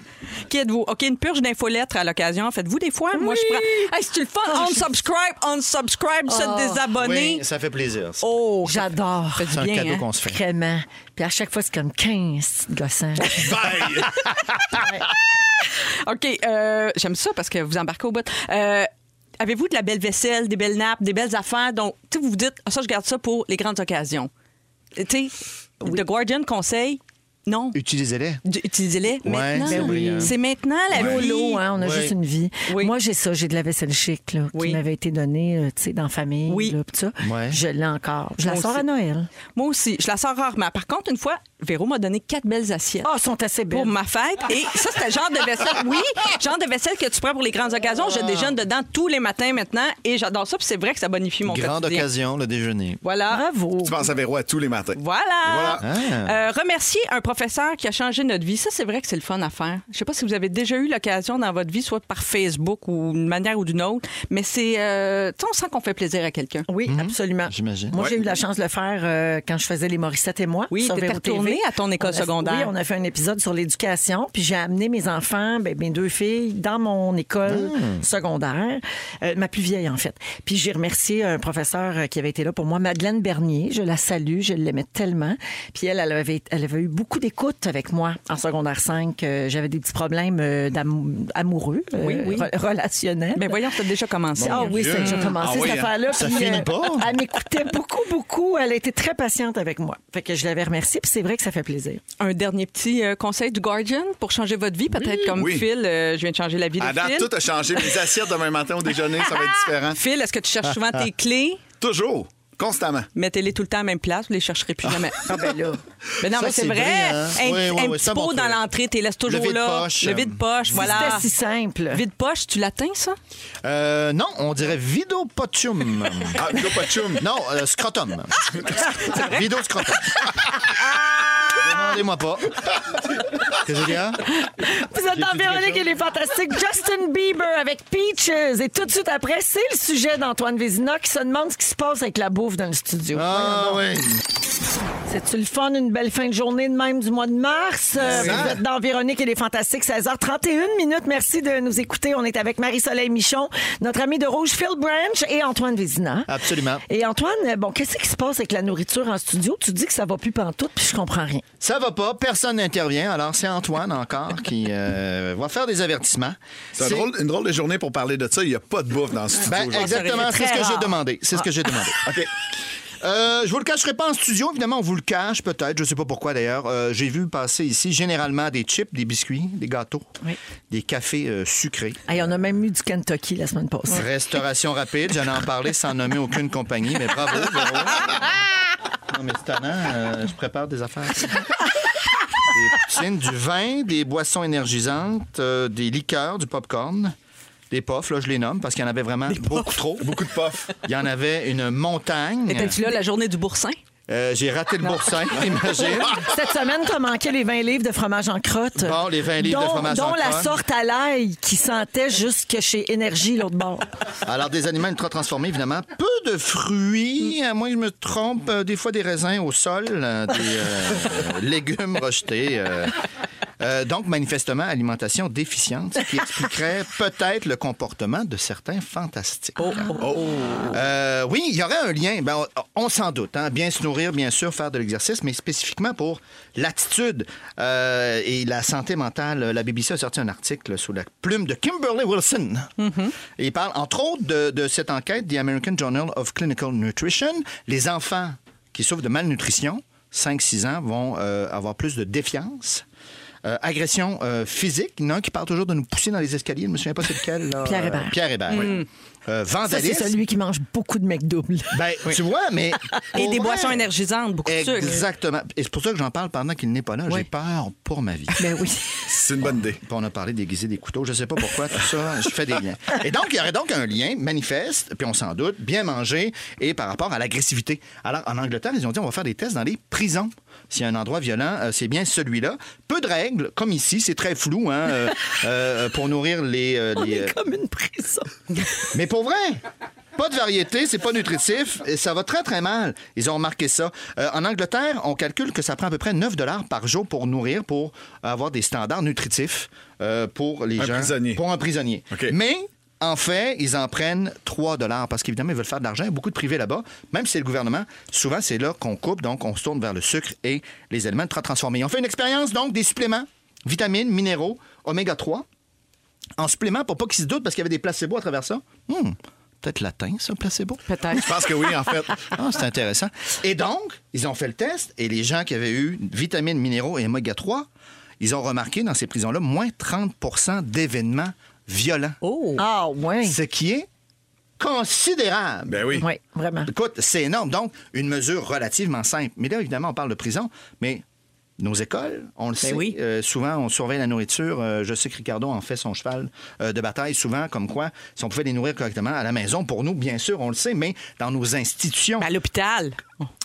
Qui êtes-vous? OK, une purge d'infolettres à l'occasion. Faites-vous des fois? Moi, je prends. Hey, c'est-tu le fun? On subscribe, on subscribe, se désabonner. Ah, Oui, ça fait plaisir. ça. Oh, ça J'adore. fait du C'est un bien, cadeau hein? qu'on se fait. Vraiment. Puis à chaque fois, c'est comme 15 gossants. Bye! OK, euh, j'aime ça parce que vous embarquez au bout. Euh, Avez-vous de la belle vaisselle, des belles nappes, des belles affaires? Donc, tu sais, vous vous dites, Ah, ça, je garde ça pour les grandes occasions. Euh, Tu sais, The Guardian conseille, non, Utilisez-les. d- utilisez-les maintenant. c'est brillant. C'est maintenant la vie. YOLO, hein, on a Oui. juste une vie. Oui. Moi, j'ai ça, j'ai de la vaisselle chic là, Oui. qui m'avait été donnée euh, tu sais, dans la famille. Oui. là, pis ça. Ouais. Je l'ai encore. Je la Moi sors aussi. à Noël. Moi aussi, je la sors rarement. Par contre, une fois, Véro m'a donné quatre belles assiettes. Oh, Ah, sont assez belles. pour ma fête. Et ça, c'était le genre de vaisselle. Oui, genre de vaisselle que tu prends pour les grandes occasions. Ah. Je déjeune dedans tous les matins maintenant et j'adore ça. Puis c'est vrai que ça bonifie mon Grande quotidien. occasion, le déjeuner. Voilà. Bravo. Tu penses à Véro à tous les matins. Voilà. Et Ah. Euh, remercier un professeur qui a changé notre vie, ça c'est vrai que c'est le fun à faire. Je sais pas si vous avez déjà eu l'occasion dans votre vie, soit par Facebook ou d'une manière ou d'une autre, mais c'est, euh, tu sais, on sent qu'on fait plaisir à quelqu'un. Oui, absolument. J'imagine. Moi, j'ai eu la chance de le faire euh, quand je faisais les Morissette et moi. Oui, sur t'étais Véro TV. retournée à ton école On a- secondaire. Oui, on a fait un épisode sur l'éducation, puis j'ai amené mes enfants, ben, mes deux filles, dans mon école secondaire, euh, ma plus vieille en fait. Puis j'ai remercié un professeur euh, qui avait été là pour moi, Madeleine Bernier. Je la salue, je l'aimais tellement. Puis elle, elle avait, elle avait eu beaucoup d'écoute avec moi en secondaire 5. Euh, J'avais des petits problèmes euh, d'amou- amoureux, euh, Oui, oui. re- relationnels. Ben voyons, t'as déjà commencé. Ah oui, Dieu. c'est déjà commencé Ah oui, cette hein. affaire-là. Ça Puis, euh, finit pas. Elle m'écoutait beaucoup, beaucoup. Elle a été très patiente avec moi. Fait que je l'avais remerciée. Puis c'est vrai que ça fait plaisir. Un dernier petit euh, conseil du Guardian pour changer votre vie, peut-être comme Oui. Phil, euh, je viens de changer la vie de À Phil. date, tout a changé. Mes assiettes demain matin au déjeuner, ça va être différent. Phil, est-ce que tu cherches souvent tes clés? Toujours, constamment. Mettez-les tout le temps à la même place, vous les chercherez plus jamais. Ah ben là. Mais non, Ça, mais c'est c'est hein. vrai. brillant. Un, Oui, oui, un oui, petit ça, bon pot dans truc. l'entrée, t'es laisse toujours Le vide là. poche, le euh, vide poche, voilà. C'était si simple. Vide poche, tu l'atteins, ça? Euh, non, on dirait vidopotium. Ah, go pas de chum. non, euh, scrotum. Vido scrotum. Demandez-moi pas. Qu'est-ce que j'ai dit, hein? Vous êtes dans Véronique et les Fantastiques. Justin Bieber avec Peaches. Et tout de suite après, c'est le sujet d'Antoine Vézina qui se demande ce qui se passe avec la bouffe dans le studio. Ah oui. C'est-tu le fun, une belle fin de journée de même du mois de mars? Euh, Yes. Vous êtes dans Véronique et les Fantastiques, 16h31 minutes. Merci de nous écouter. On est avec Marie-Soleil Michon, notre ami de Rouge, Phil Branch et Antoine Vézina. Absolument. Et Antoine, euh, bon, qu'est-ce qui se passe avec la nourriture en studio? Tu dis que ça va plus pantoute, puis je comprends rien. Ça va pas, personne n'intervient. Alors, c'est Antoine encore qui euh, va faire des avertissements. C'est un drôle- une drôle de journée pour parler de ça. Il n'y a pas de bouffe dans ce studio. Ah, Ben, aujourd'hui. exactement, serait c'est ce que très j'ai rare. Ah. demandé. C'est ce que j'ai demandé. OK. Euh, je vous le cacherai pas en studio, évidemment, on vous le cache peut-être, je sais pas pourquoi d'ailleurs. Euh, j'ai vu passer ici généralement des chips, des biscuits, des gâteaux, Oui. des cafés euh, sucrés. Hey, on a même eu du Kentucky la semaine passée. Restauration rapide, j'allais en parler sans nommer aucune compagnie, mais bravo, Véro. Non, mais c'est tannant, euh, je prépare des affaires. Des poutines, du vin, des boissons énergisantes, euh, des liqueurs, du popcorn, des puffs, là, je les nomme parce qu'il y en avait vraiment beaucoup trop. Beaucoup de puffs. Il y en avait une montagne. Étais-tu là la journée du boursin? Euh, j'ai raté le boursin, imagine. Cette semaine, t'as manqué les 20 livres de fromage en crotte. Bon, les 20 livres de Dont- fromage en Dont la crotte. sorte à l'ail qui sentait jusque chez Énergie, l'autre bord. Alors, des aliments ultra transformés, évidemment. Peu de fruits, à moins que je me trompe. euh, des fois, des raisins au sol, euh, des euh, légumes rejetés. euh. Euh, donc, manifestement, alimentation déficiente, ce qui expliquerait peut-être le comportement de certains fantastiques. Euh, oui, il y aurait un lien. Ben, on on s'en doute. hein. Bien se nourrir, bien sûr, faire de l'exercice, mais spécifiquement pour l'attitude euh, et la santé mentale. La BBC a sorti un article sous la plume de Kimberly Wilson. Mm-hmm. Et il parle, entre autres, de, de cette enquête The American Journal of Clinical Nutrition. Les enfants qui souffrent de malnutrition, 5-6 ans, vont euh, avoir plus de défiance. Euh, agression euh, physique. Il y en a un qui parle toujours de nous pousser dans les escaliers. Je ne me souviens pas c'est lequel. là. Pierre Euh, Hébert. Mm. Pierre Hébert, oui. Euh, Ça, c'est vandalisme. celui qui mange beaucoup de McDouble. Ben, tu vois, mais. Et au des vrai- boissons énergisantes, beaucoup de sucre. Exactement. Et c'est pour ça que j'en parle pendant qu'il n'est pas là. J'ai peur pour ma vie. Ben oui. C'est une bonne idée. Puis on a parlé d'aiguiser des couteaux, je sais pas pourquoi, tout ça, je fais des liens. Et donc, il y aurait donc un lien manifeste, puis on s'en doute, bien manger et par rapport à l'agressivité. Alors, en Angleterre, ils ont dit on va faire des tests dans les prisons. S'il y a un endroit violent, euh, c'est bien celui-là. Peu de règles, comme ici, c'est très flou, hein, euh, euh, pour nourrir les. euh, On les- est comme une prison. mais pour vrai, pas de variété, c'est pas nutritif, et ça va très très mal. Ils ont remarqué ça. Euh, en Angleterre, on calcule que ça prend à peu près 9 dollars par jour pour nourrir, pour avoir des standards nutritifs euh, pour les Un gens. prisonnier. Pour un prisonnier. OK. Mais en fait, ils en prennent 3 dollars parce qu'évidemment, ils veulent faire de l'argent. Il y a beaucoup de privés là-bas, même si c'est le gouvernement. Souvent, c'est là qu'on coupe, donc on se tourne vers le sucre et les aliments très transformés. On fait une expérience, donc, des suppléments, vitamines, minéraux, oméga 3 en supplément pour pas qu'ils se doutent parce qu'il y avait des placebos à travers ça. Hmm, Peut-être latin, ça, placebo. Peut-être. Je pense que oui, en fait. Ah, c'est intéressant. Et donc, ils ont fait le test et les gens qui avaient eu vitamines, minéraux et oméga 3, ils ont remarqué dans ces prisons-là moins 30 d'événements violents. Oh! Ah, ouais. Ce qui est considérable. Ben oui. Oui, vraiment. Écoute, c'est énorme. Donc, une mesure relativement simple. Mais là, évidemment, on parle de prison, mais nos écoles, on le sait. Ben oui. Euh, souvent, on surveille la nourriture. Euh, je sais que Ricardo en fait son cheval euh, de bataille souvent, comme quoi, si on pouvait les nourrir correctement à la maison, pour nous, bien sûr, on le sait, mais dans nos institutions, À l'hôpital.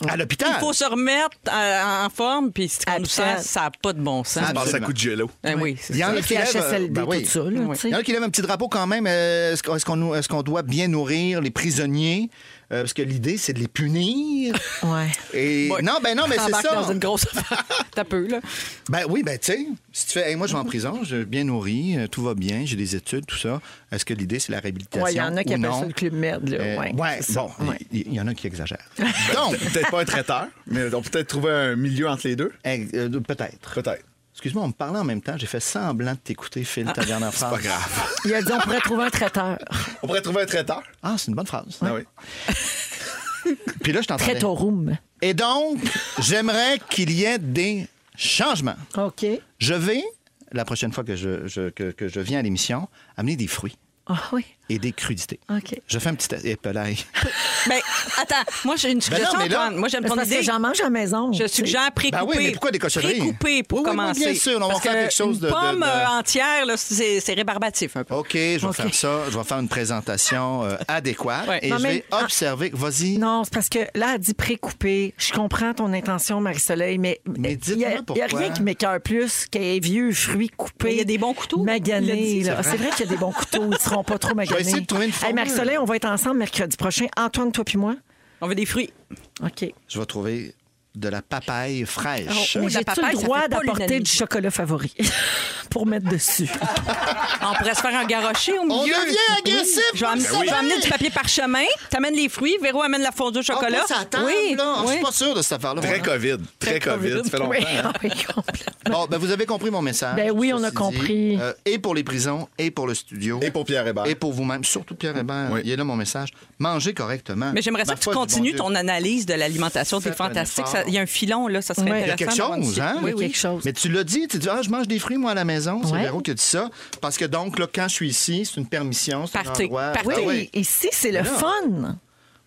à l'hôpital. Ben, Il faut se remettre euh, en forme, puis ce qu'on nous Absolument. sent, ça n'a pas de bon sens. Ça passe à absolument. coup de jello. Ben oui, c'est Il y en ça. a qui lèvent, euh, PHSLD, ben oui. tout ça, là, Oui. tu sais. Il y en a qui lèvent un petit drapeau quand même. Euh, Est-ce qu'on- est-ce qu'on nous- est-ce qu'on doit bien nourrir les prisonniers? Euh, parce que l'idée, c'est de les punir. Ouais. Et... Ouais. Non, ben non, mais c'est T'embarques ça. dans une grosse affaire. T'as peu, là. Ben oui, ben tu sais, si tu fais, Hey, moi je vais en prison, je suis bien nourri, euh, tout va bien, j'ai des études, tout ça. Est-ce que l'idée c'est la réhabilitation Ouais, il y en a qui ou appellent non? Euh, ça le club med, là, ouais, ouais, c'est ça, bon, ouais. il il y, en a qui exagèrent. Donc, Peut-être pas un traiteur, mais on peut peut-être trouver un milieu entre les deux. eh, euh, peut-être. Peut-être. Excuse-moi, on me parlait en même temps, j'ai fait semblant de t'écouter, Phil, Ah, ta dernière phrase. Pas grave. Il a dit on pourrait trouver un traiteur. On pourrait trouver un traiteur. Ah, c'est une bonne phrase. Ah oui. Puis là, je t'entendais. Traite au room. Et donc, j'aimerais qu'il y ait des changements. OK. Je vais, la prochaine fois que je, je- que, que je viens à l'émission, amener des fruits Ah oui. et des crudités. OK. Je fais un petit... épelaille. Ben, attends, moi, j'ai une suggestion, Ben non, mais là- Antoine. Moi, j'aime C'est ton parce que idée. j'en mange à la maison. Je tu sais. suggère Ben pré-couper. oui, mais pourquoi des cochonneries? Pré-couper pour Oui, oui, commencer. bien sûr, on va Parce faire que quelque chose une de- Oh. de- pomme de- euh, entière, là, c'est c'est rébarbatif un peu. OK, je vais OK. faire ça. Je vais faire une présentation euh, adéquate Ouais. et Non, je mais- vais observer. Vas-y. Non, c'est parce que là, elle dit pré-coupé. Je comprends ton intention, Marie-Soleil, mais Mais il n'y a, dites-moi il y a pourquoi. rien qui m'écoeure plus qu'un vieux fruit coupé. Mais il y a des bons couteaux. Il l'a Magané. dit, là. Ah, C'est vrai, qu'il y a des bons couteaux. Ils ne seront pas trop maganés. essayer de trouver une Hey, formule. Marie-Soleil, on va être ensemble mercredi prochain. Antoine, toi puis moi. On veut des fruits. OK. Je vais trouver de la papaye fraîche. Oh, oui. J'ai-tu la papaye, le ça droit fait pas d'apporter du l'unanimité. chocolat favori pour mettre dessus? On pourrait se faire un garoché au milieu. devient agressif, Je vais, comme amener, ça, je vais oui. amener du papier parchemin. T'amènes les fruits. Véro amène la fondue au chocolat. Ah, pas ça table, oui, là. Je oui. suis pas sûr de cette affaire-là. Très Voilà. COVID. Très COVID. Ça fait longtemps. Oui, hein? oui, complètement. Bon, ben, vous avez compris mon message. Ben oui, on a dit. compris. Euh, et pour les prisons, et pour le studio. Et pour Pierre Hébert. Et pour vous-même. Surtout Pierre Hébert. Oui. Il est là mon message. Mangez correctement. Mais j'aimerais ça Ma que tu foi du bon continues Dieu. ton analyse de l'alimentation. C'est Faites un fantastique. effort. Ça- Il y a un filon, là. Ça Oui. serait Il y a Il y a intéressant. quelque d'avoir une chose, petite- hein? Oui, oui. quelque chose. Mais tu l'as dit, tu dis, ah, je mange des fruits, moi, à la maison. C'est Ouais. Véro qui a dit ça. Parce que donc, là, quand je suis ici, c'est une permission, c'est un Partez, endroit. partez. Ah Oui, oui. ici, c'est le Mais là- fun.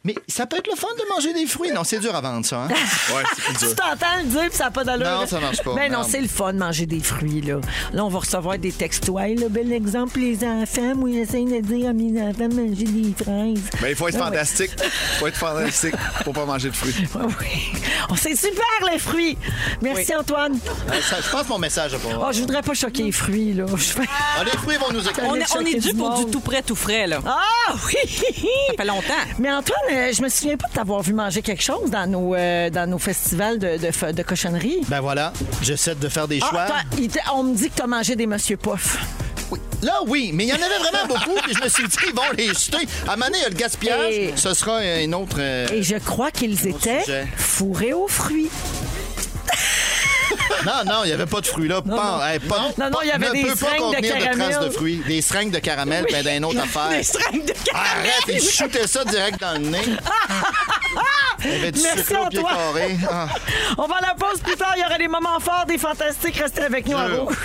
Mais ça peut être le fun de manger des fruits. Non, c'est dur à vendre ça. hein? Ouais, c'est plus Tu dur. t'entends le dire, puis ça n'a pas d'allure. Non, là. ça marche pas, Ben non, non. c'est le fun de manger des fruits, là. Là, on va recevoir des textos. Hey, le bel exemple, les enfants, moi, j'essaie de dire à mes enfants de manger des fraises. Mais Ben, il faut être Ah ouais. fantastique. Il faut être fantastique pour pas manger de fruits. Ouais, oui. Oh, c'est super, les fruits. Merci, Antoine. Euh, ça- je pense que mon message a pas. Oh, je voudrais pas choquer les fruits, là. Je fais- Ah, les fruits vont nous écœurer. On Allez, est, on choquer est du dû pour monde. du tout prêt, tout frais, là. Ah, oui! Ça fait longtemps. Mais Antoine, euh, je me souviens pas de t'avoir vu manger quelque chose dans nos, euh, dans nos festivals de, de, fe- de cochonneries. Ben voilà, j'essaie de faire des Ah, choix. attends, il t'a- on me dit que t'as mangé des Monsieur Puff. Oui. Là, oui, mais il y en avait vraiment beaucoup. Puis je me suis dit, ils vont les jeter. À un moment donné, il y a le gaspillage. Et- Ce sera euh, une autre. euh, Et je crois qu'ils étaient sujet. fourrés aux fruits. Non, non, il n'y avait pas de fruits là. Pas- hey, pas- Non, non, il y pas- avait ne des peut pas seringues de contenir de traces caramel. de fruits. Des seringues de caramel, ben d'un autre affaire. Des seringues de caramel. Arrête, il shootait ça direct dans le nez. Il y avait du Merci, sucre au pied Antoine. carré. Ah. On va à la pause plus tard. Il y aura des moments forts, des fantastiques. Restez avec nous à Sûr. Rouge.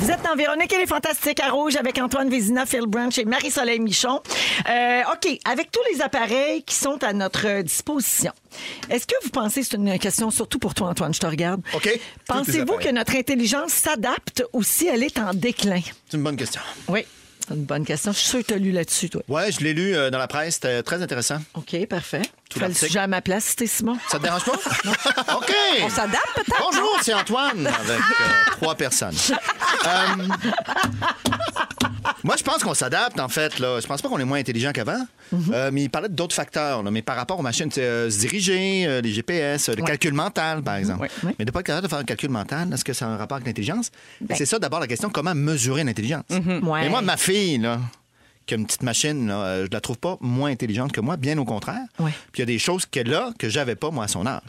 Vous êtes dans Véronique et les Fantastiques à Rouge avec Antoine Vézina, Phil Branch et Marie-Soleil Michon. Euh, OK, avec tous les appareils qui sont à notre disposition, est-ce que vous pensez, c'est une question surtout pour toi, Antoine, je te regarde. OK. Tous les Pensez-vous appareils. que notre intelligence s'adapte ou si elle est en déclin? C'est une bonne question. Oui, c'est une bonne question. Je suis sûre que tu as lu là-dessus, toi. Ouais, je l'ai lu euh, dans la presse. C'était très intéressant. OK, parfait. Tu fais le l'article. sujet à ma place, c'était Simon. Ça te dérange pas? Non. OK. On s'adapte, peut-être? Bonjour, c'est Antoine avec euh, Ah! trois personnes. Euh, moi, je pense qu'on s'adapte, en fait. Là. Je pense pas qu'on est moins intelligent qu'avant. Mhm. Euh, mais il parlait d'autres facteurs. là. Mais par rapport aux machines, tu sais, euh, se diriger, euh, les GPS, euh, le calcul mental, par exemple. Ouais. Ben. Mais de pas être capable de faire un calcul mental, est-ce que ça a un rapport avec l'intelligence? C'est ça, d'abord, la question comment mesurer l'intelligence? Mhm. Ouais. Mais moi, ma fille, là, qui a une petite machine, là, euh, je la trouve pas moins intelligente que moi, bien au contraire. Ouais. Puis il y a des choses qu'elle a que j'avais pas, moi, à son âge.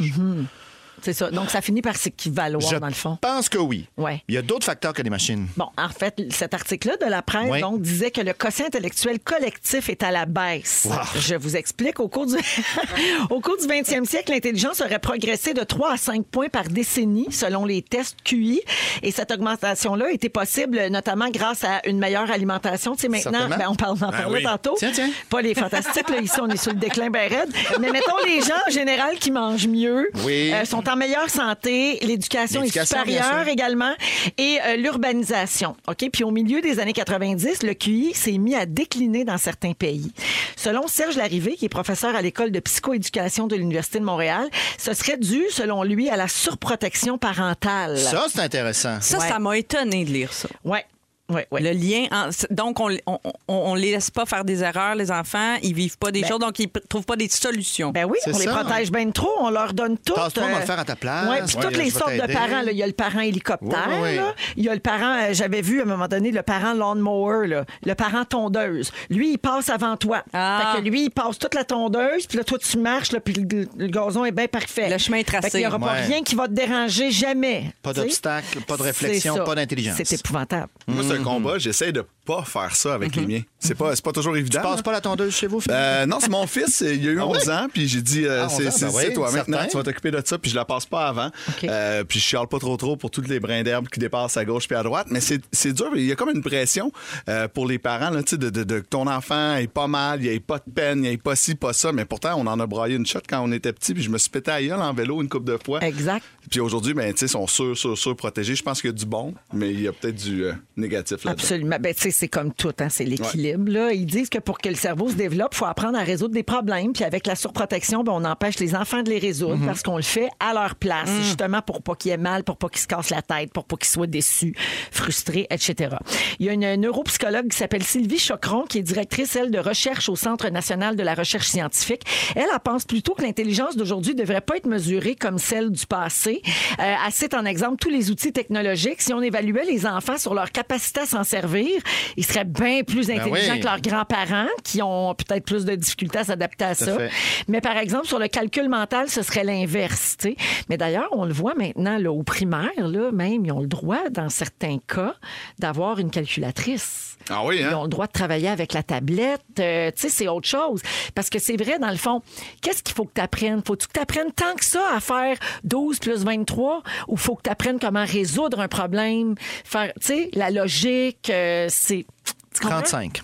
C'est ça. Donc, ça finit par s'équivaloir, Je dans le fond. pense que oui. Ouais. Il y a d'autres facteurs que les machines. Bon, en fait, cet article-là de la presse Oui. donc, disait que le quotient intellectuel collectif est à la baisse. Wow. Je vous explique. Au cours, du... au cours du 20e siècle, l'intelligence aurait progressé de 3 à 5 points par décennie, selon les tests QI. Et cette augmentation-là était possible euh, notamment grâce à une meilleure alimentation. Tu sais, maintenant, Certainement. ben, on parle, on en parlait oui. tantôt. Tiens, tiens. Pas les fantastiques, là, ici, on est sur le déclin ben raide. Mais mettons les gens, en général, qui mangent mieux Oui. euh, sont en en meilleure santé, l'éducation est L'éducation, bien supérieure sûr. également et euh, l'urbanisation. OK? Puis au milieu des années 90, le QI s'est mis à décliner dans certains pays. Selon Serge Larrivé, qui est professeur à l'École de psychoéducation de l'Université de Montréal, ce serait dû, selon lui, à la surprotection parentale. Ça, c'est intéressant. Ça, Ouais. ça m'a étonné de lire ça. Ouais. Ouais, ouais. Le lien. en- Donc, on, on, on- on les laisse pas faire des erreurs, les enfants. Ils vivent pas des Ben- choses, donc ils p- trouvent pas des solutions. Ben oui, C'est on les ça. protège bien trop, on leur donne tout. euh, Tasse pas, on va le faire à ta place. Ouais, puis Ouais, toutes je les vais sortes de t'aider. parents. là. Il y a le parent hélicoptère, Ouais, ouais, ouais. là. il y a le parent, euh, j'avais vu à un moment donné, le parent lawnmower, là. le parent tondeuse. Lui, il passe avant toi. Ah. Fait que lui, il passe toute la tondeuse, puis là, toi, tu marches, là, puis le, le gazon est bien parfait. Le chemin est tracé. Il n'y aura pas Ouais. rien qui va te déranger, jamais. Pas Tu sais? d'obstacle, pas de C'est réflexion, ça. pas d'intelligence. C'est épouvantable. Moi, Mhm. c'est un combat. J'essaie de pas faire ça avec les miens. C'est pas, c'est pas toujours évident. Tu passes pas la tondeuse chez vous, Philippe? Euh, non, c'est mon fils. Il a eu 11 ans, puis j'ai dit, euh, Ah, 11 c'est ans, c'est- ben c'est oui, toi maintenant, certain. tu vas t'occuper de ça, puis je la passe pas avant. Euh, puis je chiale pas trop trop pour tous les brins d'herbe qui dépassent à gauche puis à droite, mais c'est c'est dur. Il y a comme une pression euh, pour les parents, là, tu sais, de, de, de- que ton enfant est pas mal, il n'y a pas de peine, il n'y a pas ci, pas ça, mais pourtant, on en a braillé une shot quand on était petit, puis je me suis pété à gueule en vélo une coupe de fois. Exact. Puis aujourd'hui, ben, tu sais, ils sont sûrs, sûrs, sûrs protégés. Je pense qu'il y a du bon, mais il y a peut-être du euh, négatif là-dedans. Absolument. Ben, tu sais, c'est comme tout, hein, c'est l'équilibre. là. Ils disent que pour que le cerveau se développe, il faut apprendre à résoudre des problèmes. Puis avec la surprotection, ben, on empêche les enfants de les résoudre parce qu'on le fait à leur place, justement pour pas qu'ils aient mal, pour pas qu'ils se cassent la tête, pour pas qu'ils soient déçus, frustrés, etc. Il y a une neuropsychologue qui s'appelle Sylvie Chocron, qui est directrice, elle, de recherche au Centre national de la recherche scientifique. Elle, elle pense plutôt que l'intelligence d'aujourd'hui ne devrait pas être mesurée comme celle du passé. Euh, elle cite en exemple tous les outils technologiques. Si on évaluait les enfants sur leur capacité à s'en servir, ils seraient bien plus Ben intelligents Ben oui. que leurs grands-parents, qui ont peut-être plus de difficultés à s'adapter à Tout à ça. fait. Mais par exemple, sur le calcul mental, ce serait l'inverse. tu sais. Mais d'ailleurs, on le voit maintenant là, au primaire, là, même, ils ont le droit, dans certains cas, d'avoir une calculatrice. Ah oui, hein? Ils ont le droit de travailler avec la tablette. euh, tu sais, c'est autre chose. Parce que c'est vrai, dans le fond, qu'est-ce qu'il faut que tu apprennes? Faut-tu que tu apprennes tant que ça à faire 12 plus 23 ou faut que tu apprennes comment résoudre un problème? Faire, tu sais, la logique, euh, c'est. tu comprends? 35.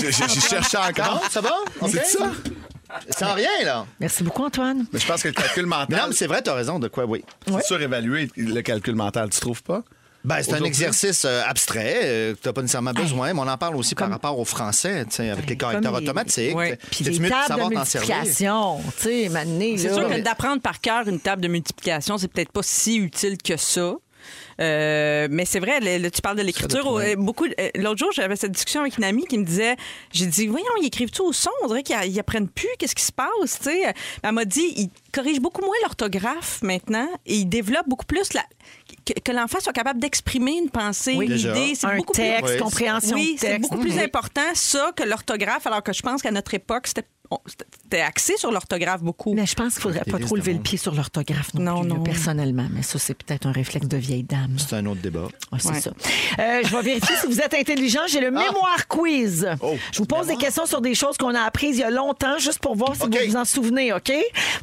J'ai j'ai cherché encore. Non, ça va? OK. C'est ça? Sans rien, là. Merci beaucoup, Antoine. Mais je pense que le calcul Ben Mais mental, Non, mais c'est vrai, t'as raison, de quoi, oui. c'est surévalué le calcul mental, tu trouves pas? Ben, c'est un Aujourd'hui? exercice euh, abstrait euh, que t'as pas nécessairement besoin, mais on en parle aussi par rapport au français, tu sais, avec les correcteurs Ben, comme les- automatiques. Ouais. Puis C'est les mieux de tables savoir de t'en servir. multiplication, tu sais, mané, C'est là. sûr que d'apprendre par cœur une table de multiplication, c'est peut-être pas si utile que ça. Euh, mais c'est vrai, le- le- tu parles de l'écriture. euh, beaucoup. euh, L'autre jour, j'avais cette discussion avec une amie qui me disait, j'ai dit, voyons, ils écrivent tout au son, on dirait qu'ils a- ils apprennent plus, qu'est-ce qui se passe, tu sais. Euh, Elle m'a dit, ils corrigent beaucoup moins l'orthographe maintenant et ils développent beaucoup plus la, que, que l'enfant soit capable d'exprimer une pensée, Oui, une déjà. idée. C'est un beaucoup plus- texte, Oui. compréhension oui, de c'est texte. Mhm. beaucoup plus important ça que l'orthographe, alors que je pense qu'à notre époque, c'était on- c'était axé sur l'orthographe beaucoup. Mais je pense qu'il faudrait pas listes trop de lever le monde. pied sur l'orthographe non, Non, plus, là, non. personnellement. Mais ça, c'est peut-être un réflexe de vieille dame. C'est un autre débat. Ouais, c'est Ouais. ça. Euh, je vais vérifier si vous êtes intelligent. J'ai le mémoire quiz. je vous pose des questions sur des choses qu'on a apprises il y a longtemps, juste pour voir si OK. vous vous en souvenez, OK?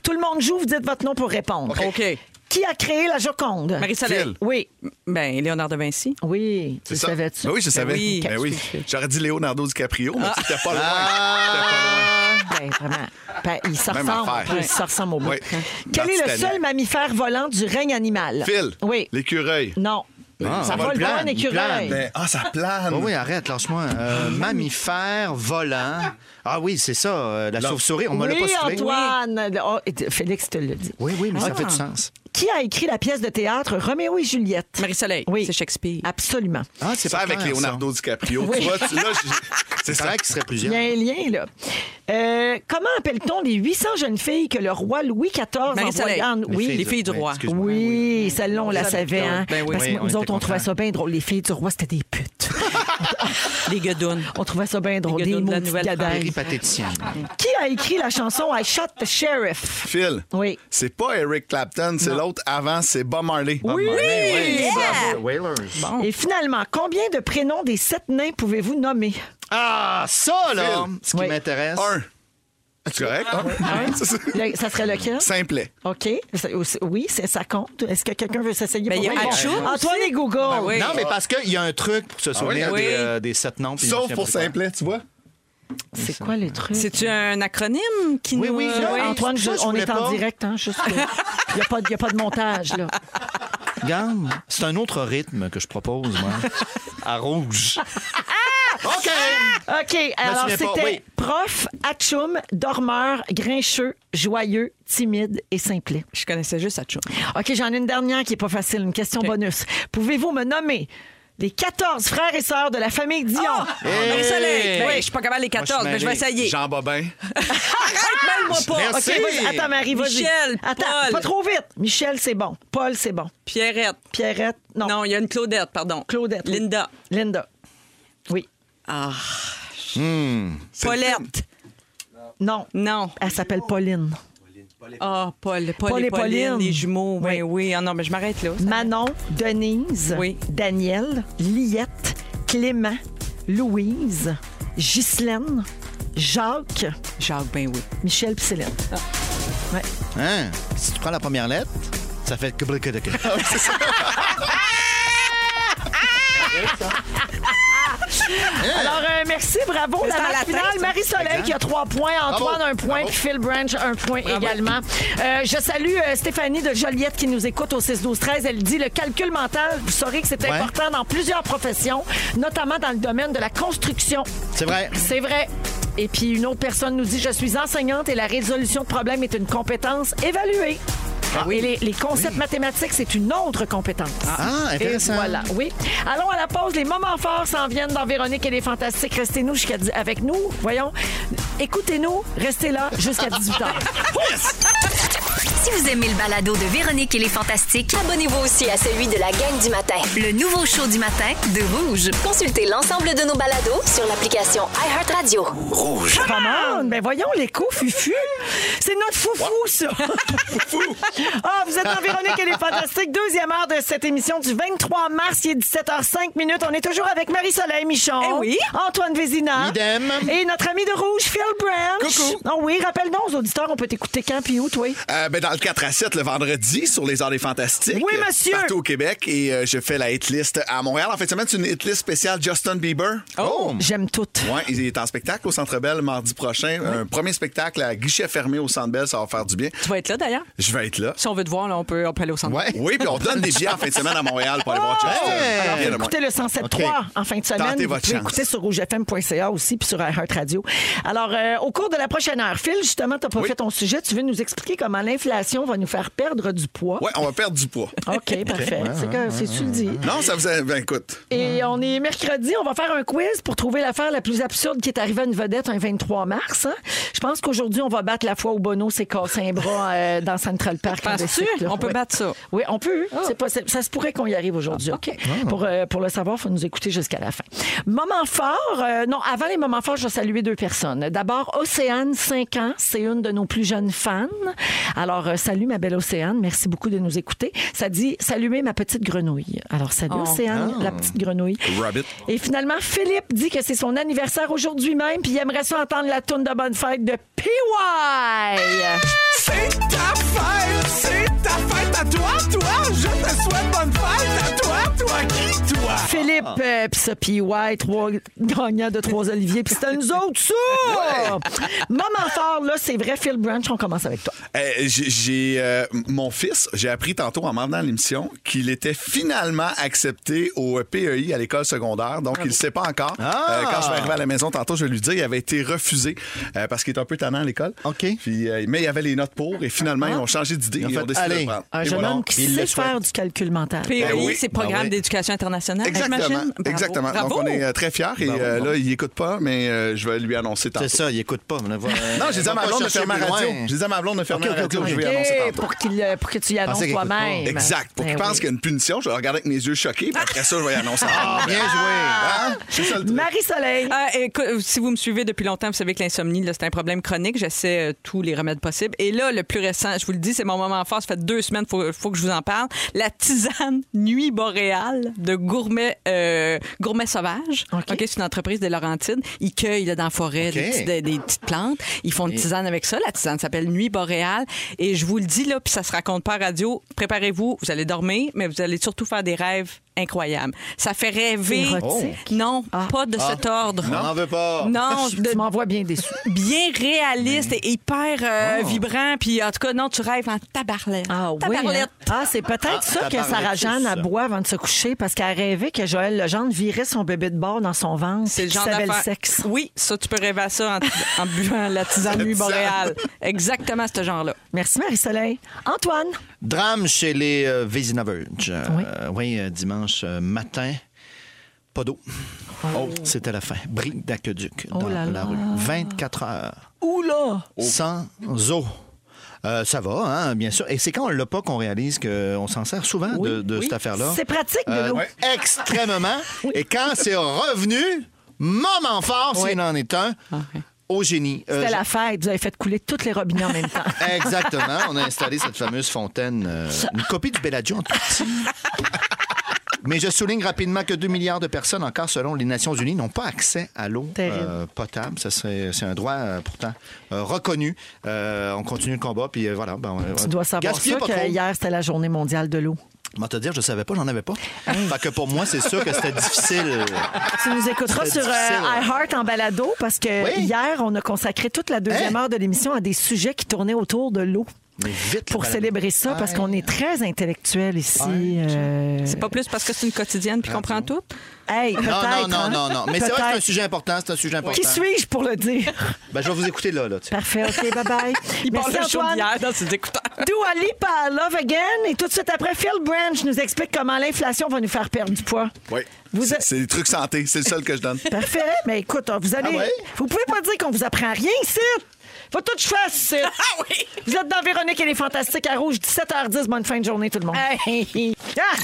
Tout le monde joue, vous dites votre nom pour répondre. OK. Qui a créé la Joconde? Marie-Soleil. Oui. Ben, Léonard de Vinci. Oui, tu C'est ça? savais-tu? Ben oui, je savais. oui. Ben oui. J'aurais dit Leonardo DiCaprio, Ah. mais tu t'es pas loin. Ben, vraiment. Ben, il se Même ressemble. affaire. Il se ressemble au bout. Oui. Quel Dans est le Titanic. seul mammifère volant du règne animal? T'es pas loin. Phil, Oui. l'écureuil. Non. Ah, ça il vole pas un plane, il écureuil. plane. Ben, ah, ça plane. Oh oui, arrête, lâche-moi. Euh, mammifère volant. Ah oui, c'est ça, euh, la chauve-souris, on me l'a oui, pas soufflé. Antoine. Ah. Oh, et- Félix te le dit. Oui, oui, mais ça fait du sens. Qui a écrit la pièce de théâtre Roméo et Juliette? Marie-Soleil. C'est Shakespeare. Absolument. Ah, C'est c'est pas ça avec clair, Leonardo DiCaprio. Tu vois, tu- là, j'ai- c'est ça. C'est ça. vrai qu'il Il serait y a plusieurs. un lien, là. Euh, comment appelle-t-on les 800 jeunes filles que le roi Louis XIV Marie-Soleil. envoyait en... Les filles, Oui. les filles du oui, roi. excuse-moi. Oui, celle-là, on la savait. Hein? Ben oui. Parce que Oui, on nous était autres, on trouvait contents. ça bien drôle. Les filles du roi, c'était des putes. Les Godounes. on trouvait ça bien drôle. Des gueudons de la maudites nouvelle gadelles. Péripatéticienne. Qui a écrit la chanson I Shot the Sheriff? Phil. Oui. C'est pas Eric Clapton, c'est l'autre avant, c'est Bob Marley. Oui! Ben Ça, Whalers. Et finalement, combien de prénoms des sept nains pouvez-vous nommer? Ah, ça, là, Phil. ce qui Oui. m'intéresse. Un. Ah, C'est correct? Ah, Un. Ça, c'est- Le- ça serait lequel? Simplet. OK. Ça- Oui, c'est- ça compte. Est-ce que quelqu'un veut s'essayer Ben, pour il y a répondre? Achou Antoine aussi. et Google. Ben oui. Non, mais parce qu'il y a un truc pour se souvenir Ah oui? des, Oui. euh, des sept noms. puis je me Sauf souviens pour pas de quoi. Simplet, tu vois. C'est quoi le truc? C'est-tu un acronyme qui Oui, nous... oui, Là, oui. Antoine, ça, je- je on voulais est en pas. direct, hein? juste que- Il n'y a, pas de- il y a pas de montage, là. Regarde, c'est un autre rythme que je propose, moi. à rouge. Ah! OK! OK, alors souviens pas, c'était oui. prof, atchoum, dormeur, grincheux, joyeux, timide et simplet. Je connaissais juste Atchoum. OK, j'en ai une dernière qui est pas facile, une question bonus. Pouvez-vous me nommer les 14 frères et sœurs de la famille Dion? Ah! Hey! Marie-Soleil! Ben oui, je suis pas capable les 14, Moi, mais je vais mêlé. essayer. Jean Bobin. Arrête, mêle-moi pas! Ah, Merci. OK, vas-y. attends, Marie, vas-y. Michel, Attends, Paul. pas trop vite. Michel, c'est bon. Paul, c'est bon. Pierrette. Pierrette, non. Non, il y a une Claudette, pardon. Ah. Claudette. oui. Linda. Linda. Oui. Ah. Paulette. Non. Non. Elle s'appelle Pauline. Ah, Paul, Paul, Paul et et Pauline, Pauline. les jumeaux. Oui. Oui, oui. Ah non, mais je m'arrête là. Manon, Denise, Oui. Daniel, Liette, Clément, Louise, Ghislaine, Jacques, Jacques, ben oui. Michel pis Céline. Hein? Si tu prends la première lettre, ça fait... Alors, euh, merci, bravo. La à marque la tête, finale, ça. Marie-Soleil qui a trois points, Antoine Bravo. un point, Bravo. puis Phil Branch un point également. Euh, je salue euh, Stéphanie de Joliette qui nous écoute au 6-12-13. Elle dit le calcul mental, vous saurez que c'est Ouais. important dans plusieurs professions, notamment dans le domaine de la construction. C'est vrai. C'est vrai. Et puis une autre personne nous dit Je suis enseignante et la résolution de problèmes est une compétence évaluée. Et les, les concepts mathématiques, c'est une autre compétence. Ah, intéressant. Et voilà, oui. Allons à la pause. Les moments forts s'en viennent dans Véronique et les Fantastiques. Restez-nous jusqu'à dix- avec nous. Voyons. Écoutez-nous. Restez là jusqu'à 18 h Si vous aimez le balado de Véronique et les Fantastiques, Abonnez-vous aussi à celui de la gang du matin. le nouveau show du matin de Rouge. Consultez l'ensemble de nos balados sur l'application iHeartRadio. Comment? Ben voyons, l'écho fufu. C'est notre foufou, ça. Ah, vous êtes dans Véronique et les Fantastiques. Deuxième heure de cette émission du 23 mars. Il est 17h05 minutes. On est toujours avec Marie-Soleil Michon. Eh oui. Antoine Vézina. Idem. Et notre ami de rouge, Phil Branch. Coucou. Oh oui, rappelle-nous aux auditeurs, on peut t'écouter quand puis où, toi? Euh, ben, dans le 4 à 7, le vendredi, sur les Heures des Fantastiques. Oui, monsieur. Partout au Québec. Et euh, je fais la hitlist à Montréal. En fait, semaine, c'est une hitlist spéciale Justin Bieber. Oh! J'aime toutes. Ouais, il est en spectacle au Centre Bell mardi prochain. Un premier spectacle à guichet fermé au Centre Bell, ça va faire du bien. Tu vas être là, d'ailleurs. Je vais être là. Si on veut te voir, là, on, peut, on peut aller au centre. Ouais. Oui, puis on donne des billets en fin de semaine à Montréal pour aller voir Justin. Hey! Rien de moins. Écoutez le 107.3 OK. en fin de semaine. Tentez Vous votre pouvez chance. écouter sur rougefm.ca aussi, puis sur Heart Radio. Alors, euh, au cours de la prochaine heure, Phil, justement, tu n'as pas Oui. fait ton sujet. Tu veux nous expliquer comment l'inflation va nous faire perdre du poids. Ouais, on va perdre du poids. OK, parfait. c'est que c'est tu le dis. Non, ça vous a... Ben, écoute. Et on est mercredi, on va faire un quiz pour trouver l'affaire la plus absurde qui est arrivée à une vedette un 23 mars. hein. Je pense qu'aujourd'hui, on va battre la fois où Bono s'est cassé un bras euh, dans Central Park. en Penses-tu? bicycle, là. On peut Oui. battre ça. Oui, on peut. hein. C'est pas- c'est- ça se pourrait qu'on y arrive aujourd'hui. Pour, euh, pour le savoir, il faut nous écouter jusqu'à la fin. Moment fort. euh, non, avant les moments forts, je vais saluer deux personnes. D'abord, Océane, 5 ans. C'est une de nos plus jeunes fans. Alors, euh, salut, ma belle Océane. Merci beaucoup de nous écouter. Ça dit saluer ma petite grenouille. Alors, salut, Océane, la petite grenouille. Rabbit. Et finalement, Philippe dit que c'est son anniversaire aujourd'hui même, puis il aimerait ça entendre la toune de bonne fête de PY. C'est ta fête, c'est ta fête à toi, toi. Je te souhaite bonne fête à toi, toi qui, toi. Philippe, euh, puis ça, puis ouais, trois gagnants de trois Olivier, puis c'était nous autres, ça! Moment fort, là, c'est vrai, Phil Branch, on commence avec toi. Euh, j'ai- j'ai euh, mon fils, j'ai appris tantôt en m'en venant à l'émission qu'il était finalement accepté au PEI à l'école secondaire. Donc, il ne sait pas encore. Ah! Euh, quand je vais arriver à la maison tantôt, je vais lui dire il avait été refusé euh, parce qu'il est un peu tannant à l'école. OK. Ah. Puis, euh, mais il y avait les notes pour et finalement, ils ont changé d'idée. Ils, ont ont fait, décidé de allez. le prendre. Un Et jeune voilà. homme qui il sait le souhaite. faire du calcul mental. PEI, Ben oui, c'est ben Programme oui. d'éducation internationale, Exactement. j'imagine. Bravo. Exactement. Bravo. Donc, on est euh, très fiers et hein, Bravo, euh, bravo. là, il n'écoute pas, mais euh, je vais lui annoncer tantôt. C'est ça, il écoute pas. Non, Non, j'ai dit à ma blonde de fermer la radio. J'ai dit à ma blonde de fermer OK, la OK, radio. OK. Je vais lui OK, annoncer tantôt. pour, qu'il, euh, pour que tu y annonces qu'il écoute toi-même. pas. Exact. Pour Ben qu'il pense oui. qu'il y a une punition, je vais regarder avec mes yeux choqués. Puis après ça, je vais y annoncer. Ah, bien joué. Hein? C'est ça le truc. Marie-Soleil. Ah, écoute, si vous me suivez depuis longtemps, vous savez que l'insomnie, là, c'est un problème chronique. J'essaie euh, tous les remèdes possibles. Et là, le plus récent, je vous le dis, c'est mon moment fort. Ça fait deux semaines, faut, faut que je vous en parle. La tisane Nuit Boréale de Gourmet, euh, gourmet Sauvage. OK. OK, c'est une entreprise des Laurentides. Ils cueillent là, dans la forêt OK. des, petits- des- des petites plantes. Ils font une tisane avec ça. La tisane s'appelle Nuit Boréale. Et je vous le dis, là, puis ça se raconte pas à radio. Préparez-vous, vous allez dormir, mais vous allez surtout faire des rêves incroyable. Ça fait rêver. Érotique? Non, pas de Ah. cet ordre. On n'en veut pas. Non, de- Tu m'envoies bien déçu. bien réaliste et hyper euh, vibrant. Puis en tout cas, non, tu rêves en tabarlet. Ah oui. Tabarlette. hein? Ah, c'est peut-être Ah, ça que tabarletus. Sarah Jeanne aboie avant de se coucher parce qu'elle rêvait que Joël Legendre virait son bébé de bord dans son ventre. C'est le puis genre qu'il savait le d'affaire. sexe. Oui, ça, tu peux rêver à ça en, en buvant la tisane nuit boréale. Exactement ce genre-là. Merci Marie-Soleil. Antoine. Drame chez les euh, Vésinoveuges. Euh, Oui. euh, oui, euh, dimanche euh, matin. Pas d'eau. Oh, C'était la fin. Brique d'aqueduc dans Oh. là la là. rue. 24 heures. Oula! Oh. Sans eau. Euh, ça va, hein, bien sûr. Et c'est quand on l'a pas qu'on réalise qu'on s'en sert souvent de, de cette affaire-là. C'est pratique de l'eau. Euh, ouais. Extrêmement. Et quand c'est revenu, moment fort, s'il en est un, au génie. Ah, Euh, C'était je- la fête. Vous avez fait couler toutes les robinets en même temps. Exactement. On a installé cette fameuse fontaine, euh, une copie du Bellagio en tout petit. Mais je souligne rapidement que 2 milliards de personnes, encore selon les Nations Unies, n'ont pas accès à l'eau Terrible. euh, potable. Ça serait- C'est un droit euh, pourtant euh, reconnu. Euh, on continue le combat, puis euh, voilà. ben, on- Tu dois savoir Gaspillez ça pas que trop. hier, c'était la journée mondiale de l'eau. Moi, te dire, je savais pas, j'en avais pas. Fait que pour moi, c'est sûr que c'était difficile. Tu nous écouteras C'est sur euh, difficile, ouais. iHeart en balado parce que Oui. hier, on a consacré toute la deuxième Hein? heure de l'émission à des sujets qui tournaient autour de l'eau. Mais vite, Pour madame. célébrer ça, parce qu'on est très intellectuels ici. euh, C'est pas plus parce que c'est une quotidienne puis qu'on prend tout. Hey, Non, non, peut-être, non, hein? non, non. Mais c'est vrai que c'est un Peut-être. sujet important. C'est un sujet important. Qui suis-je pour le dire? Ben, je vais vous écouter là. là tu sais. Parfait, OK, bye-bye. Il parle Merci, de chaud Antoine. d'hier dans ses écouteurs. Dua Lipa, Love Again. Et tout de suite après, Phil Branch nous explique comment l'inflation va nous faire perdre du poids. Oui. Vous C'est- êtes- C'est des trucs santé. C'est le seul que je donne. Parfait. Mais écoute, vous allez. Ah ouais? Vous pouvez pas dire qu'on vous apprend rien ici. Faut tout que je fasse ici. Ah oui! Vous êtes dans Véronique et les Fantastiques à Rouge, 17h10. Bonne fin de journée, tout le monde. Ah!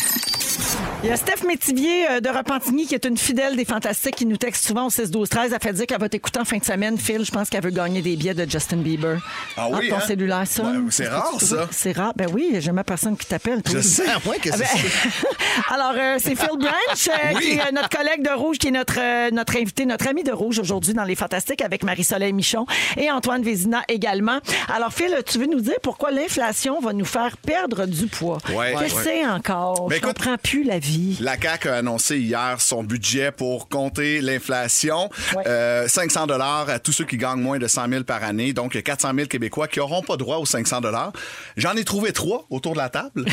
Il y a Steph Métivier euh, de Repentigny, qui est une fidèle des Fantastiques, qui nous texte souvent au 6-12-13. Elle fait dire qu'elle va t'écouter en fin de semaine. Phil, je pense qu'elle veut gagner des billets de Justin Bieber. Ah oui, Entre ton hein? cellulaire, ça. Ouais, c'est rare, ça. C'est rare. Ben oui, il y a jamais personne qui t'appelle. toi. Je sais. Ah, ouais, ben, qu'est-ce que c'est? Alors, euh, c'est Phil Branch, euh, qui est euh, notre collègue de Rouge, qui est notre, euh, notre invité, notre ami de Rouge aujourd'hui dans Les Fantastiques avec Marie-Soleil Michon et Antoine Vézina également. Alors, Phil, tu veux nous dire pourquoi l'inflation va nous faire perdre du poids? Ouais, Qu'est-ce que ouais. c'est encore? Ben, Je écoute- comprends plus la vie. La CAQ a annoncé hier son budget pour compter l'inflation. Ouais. Euh, 500 dollars à tous ceux qui gagnent moins de 100 000 par année. Donc, il y a 400 000 Québécois qui n'auront pas droit aux 500 dollars. J'en ai trouvé trois autour de la table.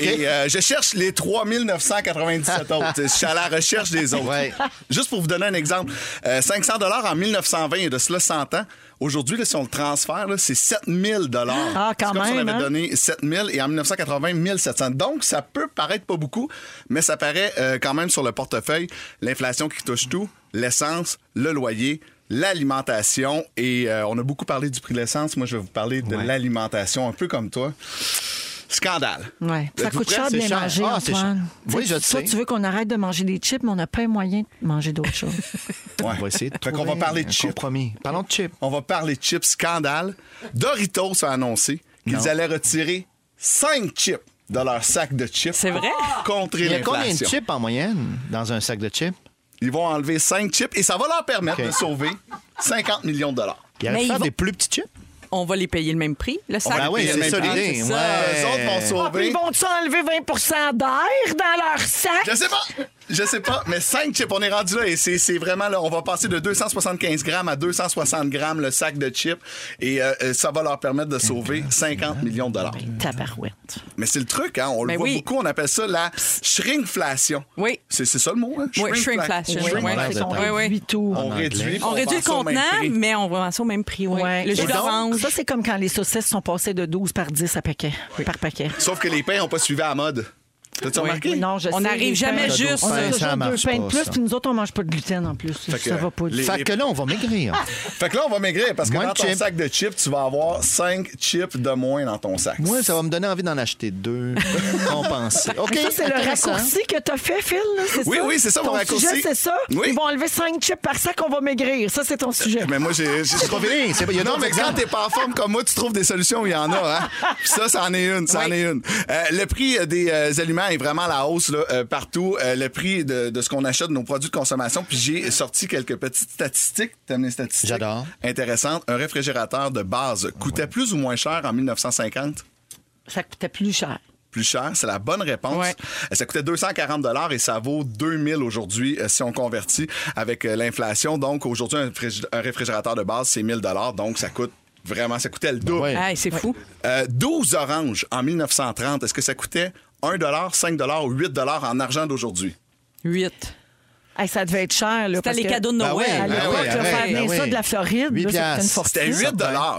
Et euh, je cherche les 3 997 autres. Je suis à la recherche des autres. Ouais. Juste pour vous donner un exemple, euh, 500 dollars en 1920 et de cela 100 ans. Aujourd'hui, là, si on le transfère, là, c'est 7000 dollars. Ah, quand C'est comme si on même, avait hein? donné donné 7 000 et en 1980, 1700. Donc, ça peut paraître pas beaucoup, mais ça paraît euh, quand même sur le portefeuille. L'inflation qui touche tout, l'essence, le loyer, l'alimentation. Et euh, on a beaucoup parlé du prix de l'essence. Moi, je vais vous parler de l'alimentation, un peu comme toi. Scandale. Ouais. Ça Êtes-vous coûte prêts? cher de C'est bien cher. manger, Ah, c'est Antoine. cher. Oui, Tu sais, je toi, sais. tu veux qu'on arrête de manger des chips, mais on n'a pas un moyen de manger d'autres choses. Ouais. On va essayer de Fait qu'on trouver va parler de un chips. compromis. Parlons de chips. On va parler de chips. Scandale. Doritos a annoncé Non. qu'ils allaient retirer 5 chips de leur sac de chips. C'est vrai? Contre Il y a combien de l'inflation. chips en moyenne dans un sac de chips? Ils vont enlever 5 chips et ça va leur permettre OK. de sauver 50 millions de dollars. Il y Mais a ils vont- des plus petits chips? On va les payer le même prix. Le Ah sac. Ben oui, paye le c'est même ça prix, l'idée, c'est ça. ouais. Ah, Les autres vont sauver. Ah, Ils vont-tu enlever 20 d'air dans leur sac? Je sais pas. Je sais pas, mais 5 chips, on est rendu là et c'est c'est vraiment là, on va passer de 275 grammes à 260 grammes le sac de chips et euh, euh, ça va leur permettre de sauver 50 millions de dollars. Ben, Tabarouette. Mais c'est le truc, hein, on le Ben voit oui. beaucoup, on appelle ça la shrinkflation. Oui. C'est c'est ça le mot, hein? Oui, shrinkflation. Oui, Oui, oui. c'est qu'on Oui, oui. réduit tout. On En réduit. anglais. On réduit le vend ça au même contenant, prix. mais on vend ça au même prix. oui. Ouais. Le Et jus donc, d'orange. Ça, c'est comme quand les saucisses sont passées de 12 par 10 à paquet, par paquet. Sauf que les pains n'ont pas suivi à la mode. T'as-tu remarqué? Non, je On sais, n'arrive les jamais pains- juste. On a Ça toujours deux marche pains de pas, plus, ça. puis nous autres, on mange pas de gluten en plus. que ça va pas. les- Fait que là, on va maigrir. Ah! Fait que là, on va maigrir parce que Moins dans de ton chips. sac de chips, tu vas avoir 5 chips de moins dans ton sac. Moi, ça va me donner envie d'en acheter deux. Compenser. OK. Mais ça, c'est le intéressant. raccourci que t'as fait, Phil. là, c'est Oui, ça? oui, c'est ça, mon Ton raccourci. sujet, c'est ça. Oui. Ils vont enlever 5 chips par sac, on va maigrir. Ça, c'est ton sujet. Mais moi, j'ai. j'ai- C'est pas fini, c'est pas- il y a non, d'autres mais quand exemples. t'es pas en forme comme moi, tu trouves des solutions, il y en a. Hein? Puis ça, c'en est une, c'en est une. Euh, le prix euh, des euh, aliments est vraiment à la hausse là, euh, partout. Euh, le prix de, de ce qu'on achète, nos produits de consommation. Puis j'ai sorti quelques petites statistiques. T'aimes les statistiques? J'adore. Intéressantes. Un réfrigérateur de base coûtait plus ou moins cher en 1950? Ça coûtait plus cher. plus cher. C'est la bonne réponse. Ouais. Euh, Ça coûtait 240 et ça vaut 2000 aujourd'hui euh, si on convertit avec euh, l'inflation. Donc aujourd'hui, un, frigi- un réfrigérateur de base, c'est 1000 Donc ça coûte vraiment, ça coûtait le double. ouais. Hey, c'est fou. Euh, 12 oranges en 1930, est-ce que ça coûtait 1 5 ou 8 en argent d'aujourd'hui? 8. Hey, ça devait être cher. là, C'était parce les que cadeaux de Ben Noël. ouais, À ben l'époque, ouais, là, ben faire ouais, venir ben ça oui. de la Floride, Huit là, c'était une piastres. fortune. C'était 8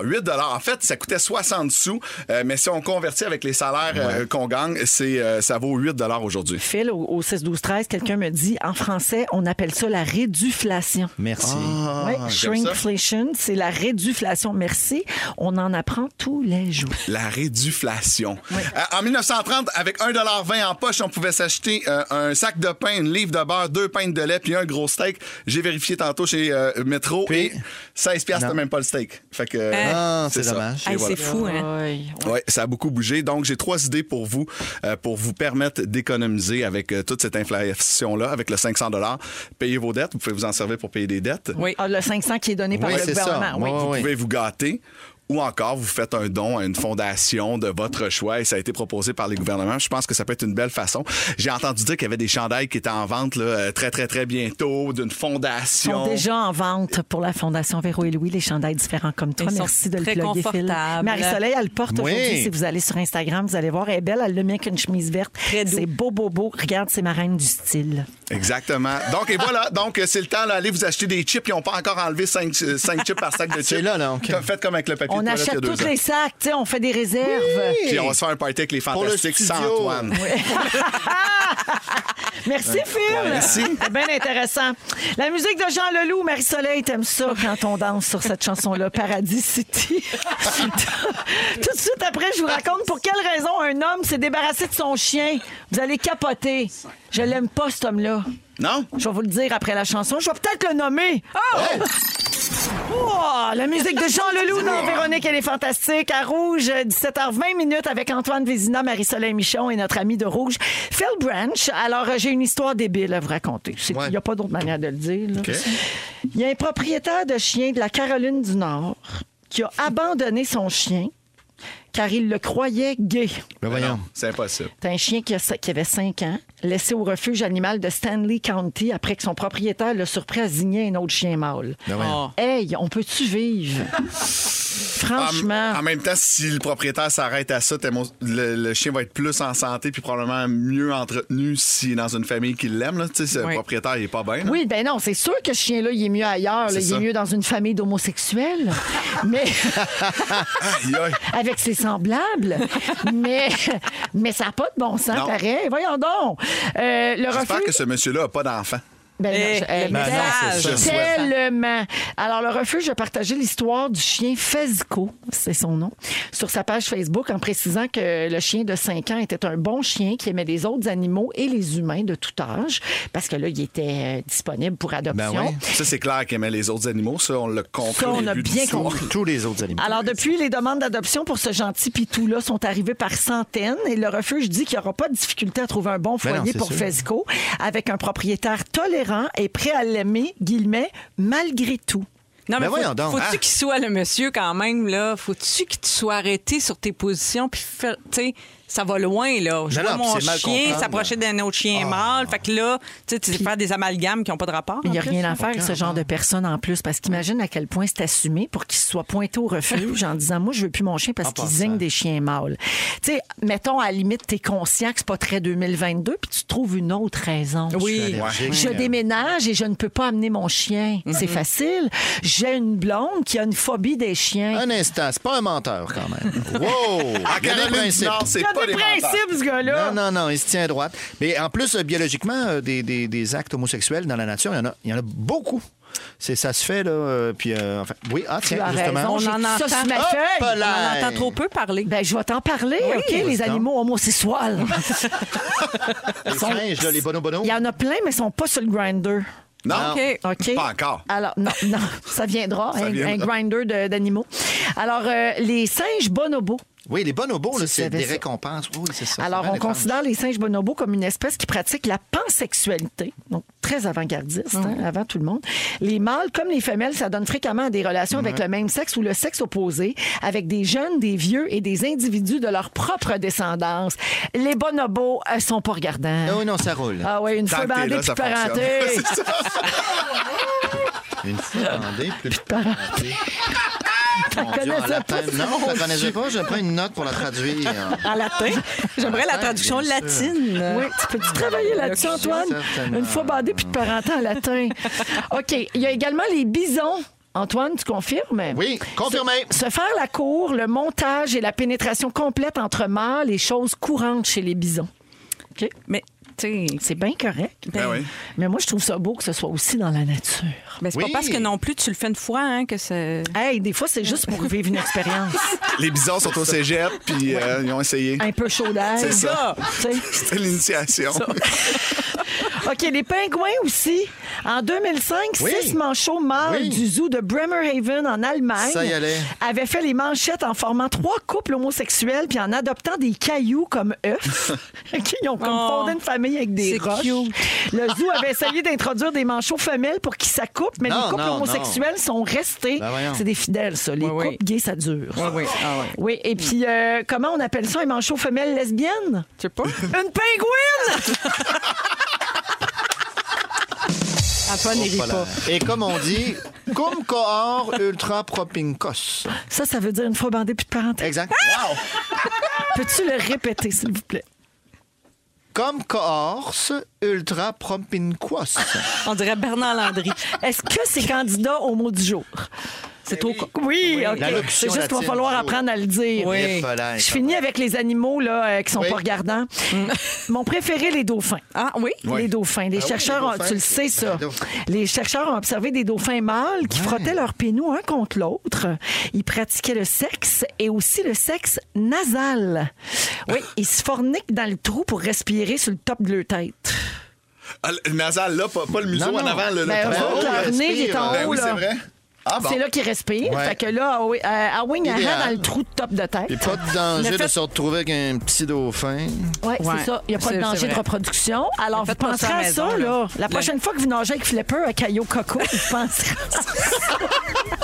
8 En fait, ça coûtait 60 sous, euh, mais si on convertit avec les salaires euh, qu'on gagne, c'est euh, ça vaut 8 aujourd'hui. Phil, au, au 6-12-13, quelqu'un me dit, en français, on appelle ça la réduflation. Merci. Ouais, j'aime ça. shrinkflation, c'est la réduflation. Merci. On en apprend tous les jours. La réduflation. Euh, en 1930, avec 1,20 en poche, on pouvait s'acheter euh, un sac de pain, une livre de beurre, deux pintes de lait, puis un gros steak. J'ai vérifié tantôt chez euh, Metro Puis- et 16 piastres, t'as même pas le steak. Fait que, Ah, c'est c'est ça. dommage. Euh, Hey, voilà. C'est fou, hein? Aïe. Oui, ça a beaucoup bougé. Donc, j'ai trois idées pour vous, euh, pour vous permettre d'économiser avec euh, toute cette inflation-là, avec le 500 Payez vos dettes, vous pouvez vous en servir pour payer des dettes. Oui. Ah, le 500 qui est donné par Oui, le c'est ça. gouvernement. oui. Ouais, Vous ouais. pouvez vous gâter. Ou encore, vous faites un don à une fondation de votre choix et ça a été proposé par les gouvernements. Je pense que ça peut être une belle façon. J'ai entendu dire qu'il y avait des chandails qui étaient en vente là, euh, très, très, très bientôt d'une Ils sont fondation. déjà en vente pour la Fondation Véro et Louis, les chandails différents comme toi. Ils sont Merci de le très plugger, Phil. confortables. Marie-Soleil, elle le porte Oui. aujourd'hui. Si vous allez sur Instagram, vous allez voir, elle est belle. Elle le met avec une chemise verte. Très doux. C'est beau, beau, beau. Regarde, c'est ma reine du style. Exactement. Donc, et voilà. Donc, euh, c'est le temps d'aller vous acheter des chips. Ils n'ont pas encore enlevé 5, chips par sac de chips. C'est là, donc. Comme- Faites comme avec le papier de toilette On il y a achète deux tous ans. les sacs, tu sais, on fait des réserves. Puis on va se faire un party avec les Pour le fantastiques sans studio. Antoine. Merci, Phil. merci. C'est bien intéressant. La musique de Jean Leloup, Marie-Soleil, t'aimes ça quand on danse sur cette chanson-là, Paradis City. Tout de suite après, je vous raconte pour quelle raison un homme s'est débarrassé de son chien. Vous allez capoter. Je l'aime pas, cet homme-là. Non? Ben Je vais vous le dire après la chanson. Je vais peut-être le nommer. Oh! Oh, la musique de Jean Leloup dans Véronique, elle est fantastique. À Rouge, 17h20 minutes avec Antoine Vézina, Marie-Soleil Michon et notre ami de Rouge, Phil Branch. Alors, euh, j'ai une histoire débile à vous raconter. C'est- Il Ouais. n'y a pas d'autre manière de le dire. là. Il y a un propriétaire de chien de la Caroline du Nord qui a abandonné son chien car il le croyait gay. Ben voyons. C'est impossible. C'est un chien qui, a- qui avait 5 ans, laissé au refuge animal de Stanley County après que son propriétaire le surpris à zigner un autre chien mâle. Ben voyons. Oh. Hey, on peut-tu vivre? Franchement. En, en même temps, si le propriétaire s'arrête à ça, t'es mon- le, le chien va être plus en santé puis probablement mieux entretenu s'il est dans une famille qui l'aime. là. Tu sais, le Oui. propriétaire, il est pas bien. là. Oui, ben non, c'est sûr que ce chien-là, il est mieux ailleurs. là. C'est Il ça. est mieux dans une famille d'homosexuels. mais. Aïe, aïe. avec ses semblables. mais, mais ça n'a pas de bon sens, Non. pareil. Voyons donc. Euh, le J'espère refuge. que ce monsieur-là n'a pas d'enfant. Ben non, Eh, je- eh, le mais- message. Bah Je souhaite. Tellement. Alors, le refuge a partagé l'histoire du chien Fazico, c'est son nom, sur sa page Facebook en précisant que le chien de 5 ans était un bon chien qui aimait les autres animaux et les humains de tout âge, parce que là, il était euh, disponible pour adoption. Ben ouais. Ça, c'est clair qu'il aimait les autres animaux. Ça, on l'a compris. Ça, au on a début de bien l'histoire. compris. Tous les autres animaux. Alors, depuis, les demandes d'adoption pour ce gentil pitou-là sont arrivées par centaines et le refuge dit qu'il n'y aura pas de difficulté à trouver un bon Ben non, foyer c'est pour sûr. Fesco avec un propriétaire tolérant et prêt à l'aimer, guillemets, malgré tout. Non, mais Ben voyons donc. faut, Ah. tu qu'il soit le monsieur quand même, là? Faut-tu que tu sois arrêté sur tes positions puis faire, tu sais, ça va loin, là. Je Non, vois non, mon puis c'est mal chien comprendre. Ah. s'approcher d'un autre chien mâle. Fait que là, tu sais, tu fais des amalgames qui n'ont pas de rapport. Il n'y a en plus. rien à faire avec ce genre de personne en plus, parce qu'imagine à quel point c'est assumé pour qu'il soit pointé au refuge en disant Moi, je veux plus mon chien parce En qu'il passant. zigne des chiens mâles. Tu sais, mettons, à la limite, tu es conscient que c'est pas très 2022, puis tu trouves une autre raison. Oui. allergique. Je déménage et je ne peux pas amener mon chien. Mm-hmm. C'est facile. J'ai une blonde qui a une phobie des chiens. Un instant, c'est pas un menteur quand même. En Wow! Il y a des Ah, Caroline du principes. Nord, c'est pas des menteurs. ce gars-là. Non, non, non, il se tient à droite. Mais en plus, euh, biologiquement, euh, des, des- des actes homosexuels dans la nature, il y en a, il y en a beaucoup. C'est, ça se fait, là. euh, puis, euh, enfin, oui, ah, Tu tiens, as justement. raison. On J'ai en tout ça entend. sur ma Hop feuille. là. On en entend trop peu parler. Ben, je vais t'en parler, OK, les vas-y animaux homosexuels. Les singes, là, les bonobos. Il y en a plein, mais ils sont pas sur le grinder. Non? OK. OK. Pas encore. Alors, non, non, ça viendra, Ça un, viendra. un grinder de- d'animaux. Alors, euh, les singes bonobos Oui, les bonobos, Tu là, c'est savais des ça. récompenses. Oui, c'est ça. Alors, Vraiment on des femmes. considère les singes bonobos comme une espèce qui pratique la pansexualité, donc très avant-gardiste, hein, Mhm. avant tout le monde. Les mâles, comme les femelles, ça donne fréquemment à des relations Mhm. avec le même sexe ou le sexe opposé, avec des jeunes, des vieux et des individus de leur propre descendance. Les bonobos euh, sont pas regardants. Non, non, ça roule. Ah oui, une Tant fois que t'es bandée, là, puis ça parenté. fonctionne. C'est ça. Une fois bandé, plus parenté. Mon Dieu, connaissais en latin. pas ça, Non, mon je la connaissais Dieu. pas. Je prends une note pour la traduire. En latin. J'aimerais la Ouais, traduction Ah, bien sûr. latine. Oui, tu peux-tu travailler là-dessus, Antoine? Euh, Certainement. Une fois bandé puis de parenté en latin. OK. Il y a également les bisons. Antoine, tu confirmes? Oui, confirmé. Se, se faire la cour, le montage et la pénétration complète entre mâles, les choses courantes chez les bisons. OK? Mais, tu sais, C'est bien correct. Ben oui. Mais moi, je trouve ça beau que ce soit aussi dans la nature. ben, c'est Oui. pas parce que non plus tu le fais une fois hein, que c'est. Hey, des fois, c'est juste pour vivre une expérience. Les bisons sont au cégep, puis euh, ils ont essayé. Un peu chaud d'air. C'est ça. Tu sais. C'était l'initiation. OK, les pingouins aussi. En 2005, Oui. six manchots mâles Oui. du zoo de Bremerhaven en Allemagne Ça y allait. avaient fait les manchettes en formant trois couples homosexuels puis en adoptant des cailloux comme œufs. OK, Ils ont comme Oh. fondé une famille avec des C'est roches. cute. Le zoo avait essayé d'introduire des manchots femelles pour qu'ils s'accouplent, mais Non, les couples non, homosexuels sont restés. Ben voyons. C'est des fidèles, ça. Les Oui, oui. couples gays, ça dure. Oui, oui. Ah, ouais. Oui, et puis euh, comment on appelle ça, un manchot femelle lesbienne? Tu sais pas? Une pingouine! Antoine n'érit pas. Et comme on dit, cum cohor ultra propincos. Ça, ça veut dire une fois bandée puis de parenté. Exact. Ah! Wow! Peux-tu le répéter, s'il vous plaît? Comme cohors ultra propinquos. On dirait Bernard Landry. Est-ce que c'est candidat au mot du jour? C'est trop. co- Oui, OK. L'allocution C'est juste qu'il va latine falloir du jour. apprendre à le dire. Oui. Et voilà, Je et finis avec les animaux là, euh, qui sont Oui. Mm. pas regardants. Mon préféré, les dauphins. Ah oui? Les dauphins. Les oui, chercheurs, les ont- dauphins, tu le sais, c'est- ça. Ben, donc. Les chercheurs ont observé des dauphins mâles qui frottaient leurs pénous un contre l'autre. Ils pratiquaient le sexe et aussi le sexe nasal. Oui, ils se forniquent dans le trou pour respirer sur le top de leur tête. Ah, le nasal, là, pas, pas le museau Non, non. en avant. Là, Ben, là, eux ben, autres, oh, leur il nez, il est en haut. respire. Ben oui, là. c'est vrai. Ah bon? C'est là qu'ils respirent. Ouais. Fait que là, oui, euh, à wing à Idéal. hand, dans le trou de top de Et tête. pas de danger Le fait- de se retrouver avec un petit dauphin. Oui, Ouais. c'est ça. Il n'y a pas C'est- de c'est danger de vrai. reproduction. Alors, vous Faites pas ça penserez à à la ça, maison, là. là. La Le- prochaine fois que vous nagez avec Flipper à Caillot Coco, vous penserez à ça.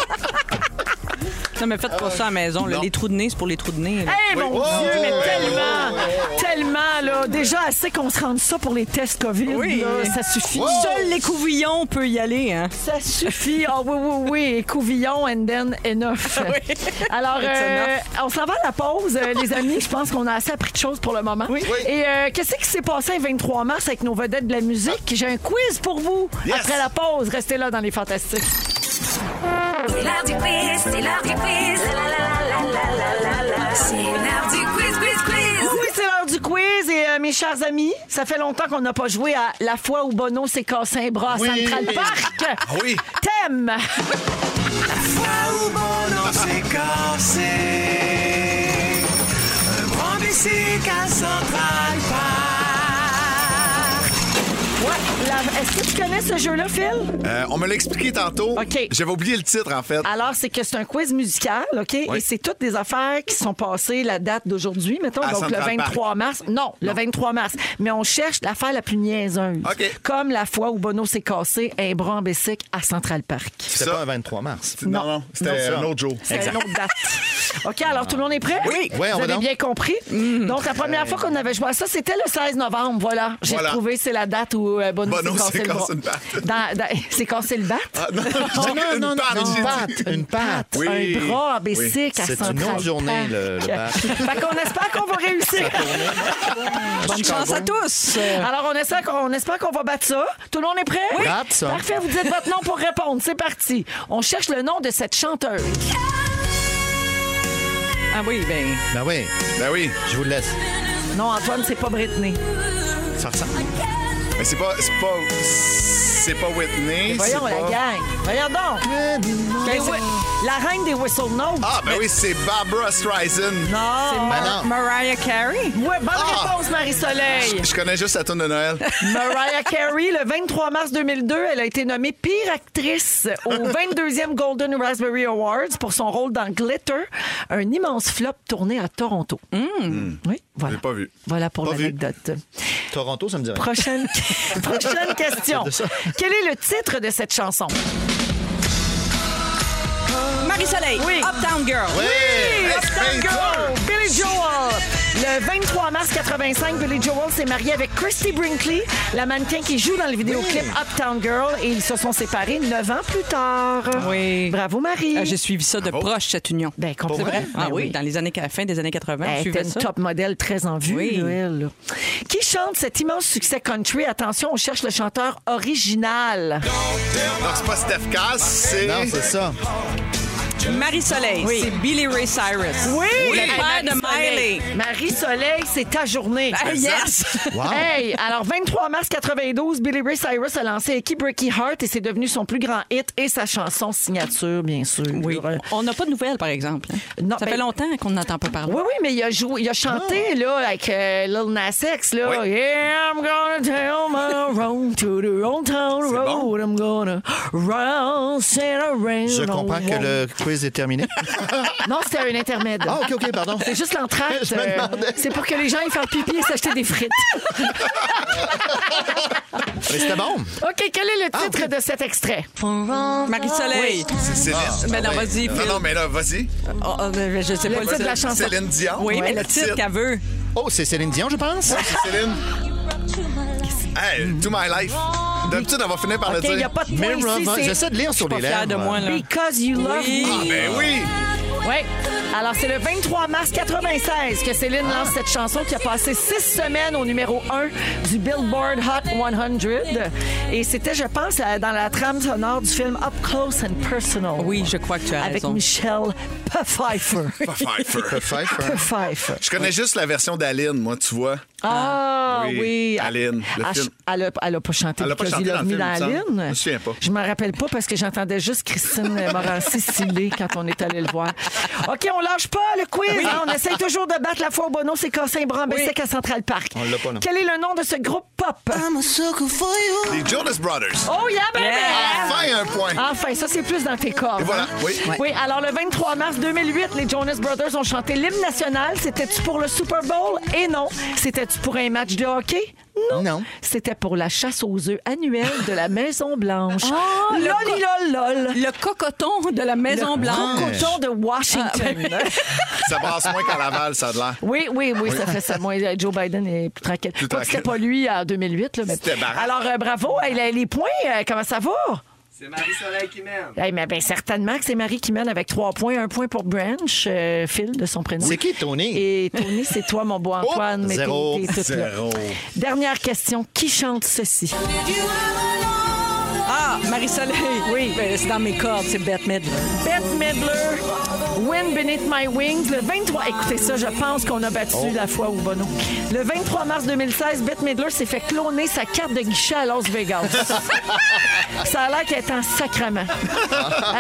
Non, mais Ah, faites pas ça à la maison. là. Les trous de nez, c'est pour les trous de nez. là. Hey, mon Oh, Dieu, mais ouais, tellement, tellement, là. Déjà assez qu'on se rende ça pour les tests COVID, Oui. là. Ça suffit. Seuls les couvillons peuvent y aller. Hein? Ça suffit. Oh oui, oui, oui. Et Couvillon, and then enough. Alors, euh, on s'en va à la pause, euh, les amis. Je pense qu'on a assez appris de choses pour le moment. Et euh, qu'est-ce qui s'est passé le 23 mars avec nos vedettes de la musique? J'ai un quiz pour vous Yes. après la pause. Restez là dans les Fantastiques. C'est l'heure du quiz, c'est l'heure du quiz. La, la, la, la, la, la, la, la. C'est l'heure du quiz, quiz, quiz. Oui, c'est l'heure du quiz. Et euh, mes chers amis, ça fait longtemps qu'on n'a pas joué à La fois où Bono s'est cassé un bras à Oui. Central Park. Ah oui. Thème. fois où mon nom s'est cassé. Un grand bicycle à Central Park. Ouais. La- Est-ce que tu connais ce jeu-là, Phil? Euh, on me l'a expliqué tantôt. OK. Ah. J'avais oublié le titre, en fait. Alors, c'est que c'est un quiz musical, OK? Oui. Et c'est toutes des affaires qui sont passées la date d'aujourd'hui, mettons, À donc le Central 23 mars. Non, le 23 mars. Mais on cherche l'affaire la plus niaiseuse. OK. Comme la fois où Bono s'est cassé un bras en bicycle à Central Park. C'est Ça- pas un 23 mars. Non, non, c'était Non, ça. un autre jour. C'est une autre date. OK, alors tout le monde est prêt? Oui, Ouais, on Vous va avez donc. bien compris. Donc, la première fois qu'on avait joué à ça, c'était le 16 novembre. Voilà. J'ai Voilà. trouvé, c'est la date où euh, Bono, Bono s'est cassé s'est le bras. cassé une patte. Dans- dans- s'est cassé le bat? Ah, non, j'ai une patte, j'ai une dit. patte, une patte. Oui. un bras en Oui. bicycle à C'est une Central autre journée, Park. le, le bat. Fait qu'on espère qu'on va réussir. Bonne chance à tous. Alors, on espère, qu'on, on espère qu'on va battre ça. Tout le monde est prêt? Oui. Battre ça. Parfait, vous dites votre nom pour répondre. C'est parti. On cherche le nom de cette chanteuse. Ah oui, ben. Ben oui, Ben oui. je vous le laisse. Non, Antoine, c'est pas Britney. Ça ressemble. Mais c'est pas. C'est pas. C'est pas Whitney. Voyons, c'est la pas- gang. Voyons donc. Ben oui. La reine des whistle notes. Ah, ben oui, c'est Barbara Streisand. Non. Ben non. Mariah Carey. Ouais, bonne Ah. réponse, Marie-Soleil. Je connais juste la tune de Noël. Mariah Carey, le 23 mars 2002, elle a été nommée pire actrice au 22e Golden Raspberry Awards pour son rôle dans Glitter, un immense flop tourné à Toronto. Hmm. Oui, voilà. J'ai pas vu. Voilà pour Pas vu. l'anecdote. Toronto, ça me dirait. Prochaine, prochaine question. Quel est le titre de cette chanson? Marie-Soleil. Oui. Uptown Girl. Hey, Uptown Girl, Billy Joel. Le 23 mars 85, Billy Joel s'est marié avec Christy Brinkley, la mannequin qui joue dans le vidéoclip Uptown Girl, et ils se sont séparés neuf ans plus tard. Oui. Bravo, Marie. Ah, J'ai suivi ça de proche, cette union. Ben, complètement. C'est vrai? Ben Ah oui, dans les années, à la fin des années 80, je Elle était suivais une ça. top modèle très en vue, Oui. là, elle, là. Qui chante cet immense succès country? Attention, on cherche le chanteur original. Non, c'est pas Steph Cass, c'est. Non, c'est ça. Marie-Soleil, Oui. c'est Billy Ray Cyrus. Le Hey, père de Marie-Soleil. Miley. Marie-Soleil, c'est ta journée. Ah, yes! Wow. Hey, alors 23 mars 92, Billy Ray Cyrus a lancé Aki Breaky Heart et c'est devenu son plus grand hit et sa chanson signature, bien sûr. Oui. Euh, On n'a pas de nouvelles, par exemple. hein. Non, ça ben- fait longtemps qu'on n'entend pas parler. Oui, oui, mais il a, joué, il a chanté Ah. là, avec euh, Lil Nas X. Là. Oui. Yeah, I'm gonna tell my road to the old town C'est road. bon. I'm gonna run, sit around. Je comprends que le quiz est terminé. Non, c'était un intermède. Ah, OK, OK, pardon. C'est juste l'entraide. Je me euh, demandais. C'est pour que les gens aillent faire pipi et s'acheter des frites. Mais c'était bon. OK, quel est le Ah, titre de cet extrait? Marie-Soleil. C'est Céline. Ah, Mais non, vas-y, Non, Phil. non, mais là, vas-y. Oh, oh, ben, je sais Le pas titre de la chanson. Céline Dion. Oui, Ouais. mais le titre qu'elle veut. Oh, c'est Céline Dion, je pense. C'est Céline. Hey, To My Life. D'habitude, on va finir par OK, il le n'y a dire. pas de point Mirror ici. of- c'est- J'essaie de lire sur Pas les fière lèvres. de moi, là. Because you love Oui. me. Ben oui. Oui. Alors, c'est le 23 mars 96 que Céline lance cette chanson qui a passé six semaines au numéro 1 du Billboard Hot 100. Et c'était, je pense, euh, dans la trame sonore du film Up Close and Personal. Oui, je crois que tu as Avec raison. Michelle Pfeiffer. Pfeiffer. Pfeiffer. Pfeiffer. Je connais juste la version d'Aline, moi, tu vois. Ah Oui, oui. Aline, le Elle- film. Elle n'a pas chanté Elle a pas Because chanté You dans le Love film, Me il me dans semble. Aline. Je me souviens pas. Je m'en rappelle pas parce que j'entendais juste Christine Morancy Sillé quand on est allé le voir. OK, on lâche pas le quiz. hein. on essaye toujours de battre la foi au bonneau. C'est Cassin Brambessec à Central Park. On l'a pas, Hum. non. Quel est le nom de ce groupe pop? Les Jonas Brothers. Oh, yeah, baby! Enfin, un point. Enfin, ça, c'est plus dans tes corps. hein. Et voilà, oui. Oui, alors le 23 mars 2008, les Jonas Brothers ont chanté l'hymne national. C'était-tu pour le Super Bowl? Et non. C'était-tu pour un match de hockey? Non. Non. C'était pour la chasse aux œufs annuelle de la Maison-Blanche. Ah, Oh, le lol, lol, lol. Le cocoton de la Maison-Blanche. Coton de Washington. Ça brasse moins qu'à Laval, ça a de l'air. Ah, Oui, oui, oui, ça fait ça. Moi, Joe Biden est plus tranquille. Pas que tranquille. c'était pas lui en 2008. Là, mais... C'était Barack. Alors, euh, bravo. Hey, les- les points, euh, comment ça va? C'est Marie-Soleil qui mène. mais ben, certainement que c'est Marie qui mène avec trois points. Un point pour Branch, euh, Phil, de son prénom. C'est qui, Tony? Oh, Et Tony, c'est toi, mon beau Antoine. mais t'es- zéro. t'es toute là. Zéro. Dernière question. Qui chante ceci? Ah, Marie-Soleil. Oui. Ben, c'est dans mes cordes, c'est Bette Midler. Bette Midler, Wind Beneath My Wings, le 23... Écoutez ça, je pense qu'on a battu Oh. la foi au Bono. Le 23 mars 2016, Bette Midler s'est fait cloner sa carte de guichet à Las Vegas. ça a l'air qu'elle est en sacrement.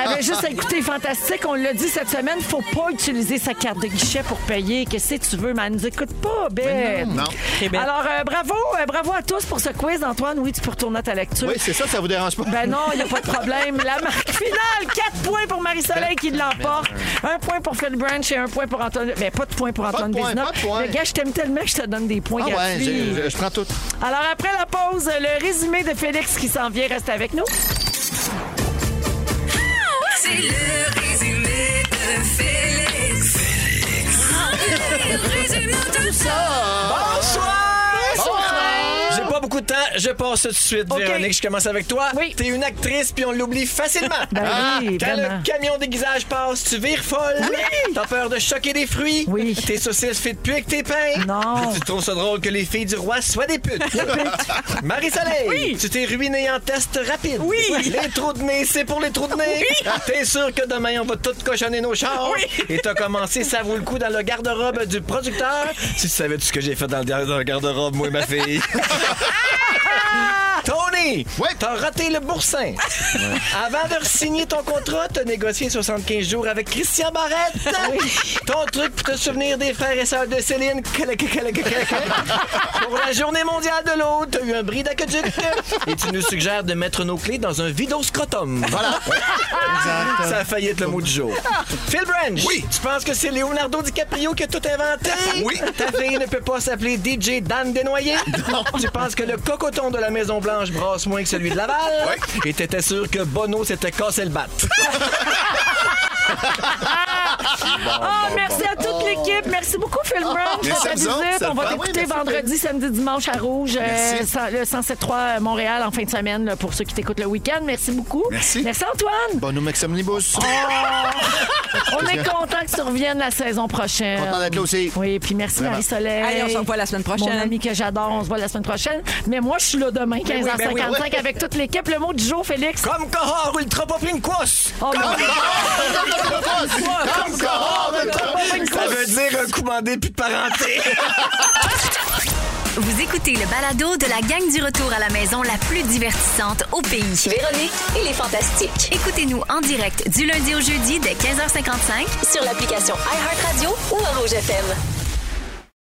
Elle avait juste écouté Fantastique. On l'a dit cette semaine, faut pas utiliser sa carte de guichet pour payer. Qu'est-ce que tu veux, mais elle nous écoute pas, Bette. Non. Très belle. Alors, euh, bravo, euh, bravo à tous pour ce quiz. Antoine, oui, tu peux retourner à ta lecture. Oui, c'est ça, ça vous dérange pas? Ben non, il n'y a pas de problème. La marque finale, 4 points pour Marie-Soleil qui l'emporte. Un point pour Phil Branch et un point pour Antoine. Mais pas de points pour Antoine de points, Vézina. pas de points. Le gars, je t'aime tellement que je te donne des points ah ouais, gratuits. je, je- je prends tout. Alors après la pause, le résumé de Félix qui s'en vient reste avec nous. C'est le résumé de Félix. Félix. Résume tout ça. J'ai pas beaucoup de temps, je passe tout de suite, Ok. Véronique. Je commence avec toi. Oui. T'es une actrice, puis on l'oublie facilement. Ben Ah, oui, Quand vraiment. le camion déguisage passe, tu vires folle. T'as peur de choquer des fruits. Oui. Oh. Tes saucisses fait de plus que tes pains. Non. Puis Tu trouves ça drôle que les filles du roi soient des putes. Marie-Soleil, tu t'es ruinée en test rapide. Oui. Les trous de nez, c'est pour les trous de nez. T'es sûr que demain, on va tout cochonner nos chars. Et t'as commencé, ça vaut le coup, dans le garde-robe du producteur. Si tu savais tout ce que j'ai fait dans le garde- dans le garde-robe, moi et ma fille. Tony, Ouais. t'as raté le boursin. Avant de signer ton contrat, t'as négocié 75 jours avec Christian Barrette. Ton truc pour te souvenir des frères et sœurs de Céline. Cala- cala- cala- cala- cala. Pour la journée mondiale de l'eau, t'as eu un bris d'aqueduc. Et tu nous suggères de mettre nos clés dans un vidoscrotum. Voilà. Ah! Exact. Ça a failli être le mot du jour. Phil Branch, tu penses que c'est Leonardo DiCaprio qui a tout inventé? Oui. Ta fille ne peut pas s'appeler DJ Dan Desnoyers? Tu penses que le cocoton de la Maison-Blanche brasse moins que celui de Laval? Et t'étais sûr que Bono s'était cassé le bat. Ah, merci à toute l'équipe. Merci beaucoup, Phil Brown. Merci Cette à vous autres. visite, Ah, Ça On le va fait. Ah t'écouter Oui, merci, vendredi, samedi, dimanche à Rouge, euh, sans- le 107.3 Montréal en fin de semaine là, pour ceux qui t'écoutent le week-end. Merci beaucoup. Merci. Merci, Antoine. Bonne Max Omnibus. Ah! On est content que tu reviennes la saison prochaine. Content d'être là aussi. Oui, puis merci, Vraiment. Marie-Soleil. Allez, on se revoit la semaine prochaine. Mon ami que j'adore, on se voit la semaine prochaine. Mais moi, je suis là demain, 15h55, ben oui, avec toute l'équipe. Le mot du jour, Félix. Comme Cahor ultra pas pris une course! Oh, non. Ça veut dire un commandé puis de parenté. Vous écoutez le balado de la gang du retour à la maison la plus divertissante au pays. Véronique et les Fantastiques. Écoutez-nous en direct du lundi au jeudi dès 15h55 Sur l'application iHeartRadio ou à Rouge FM.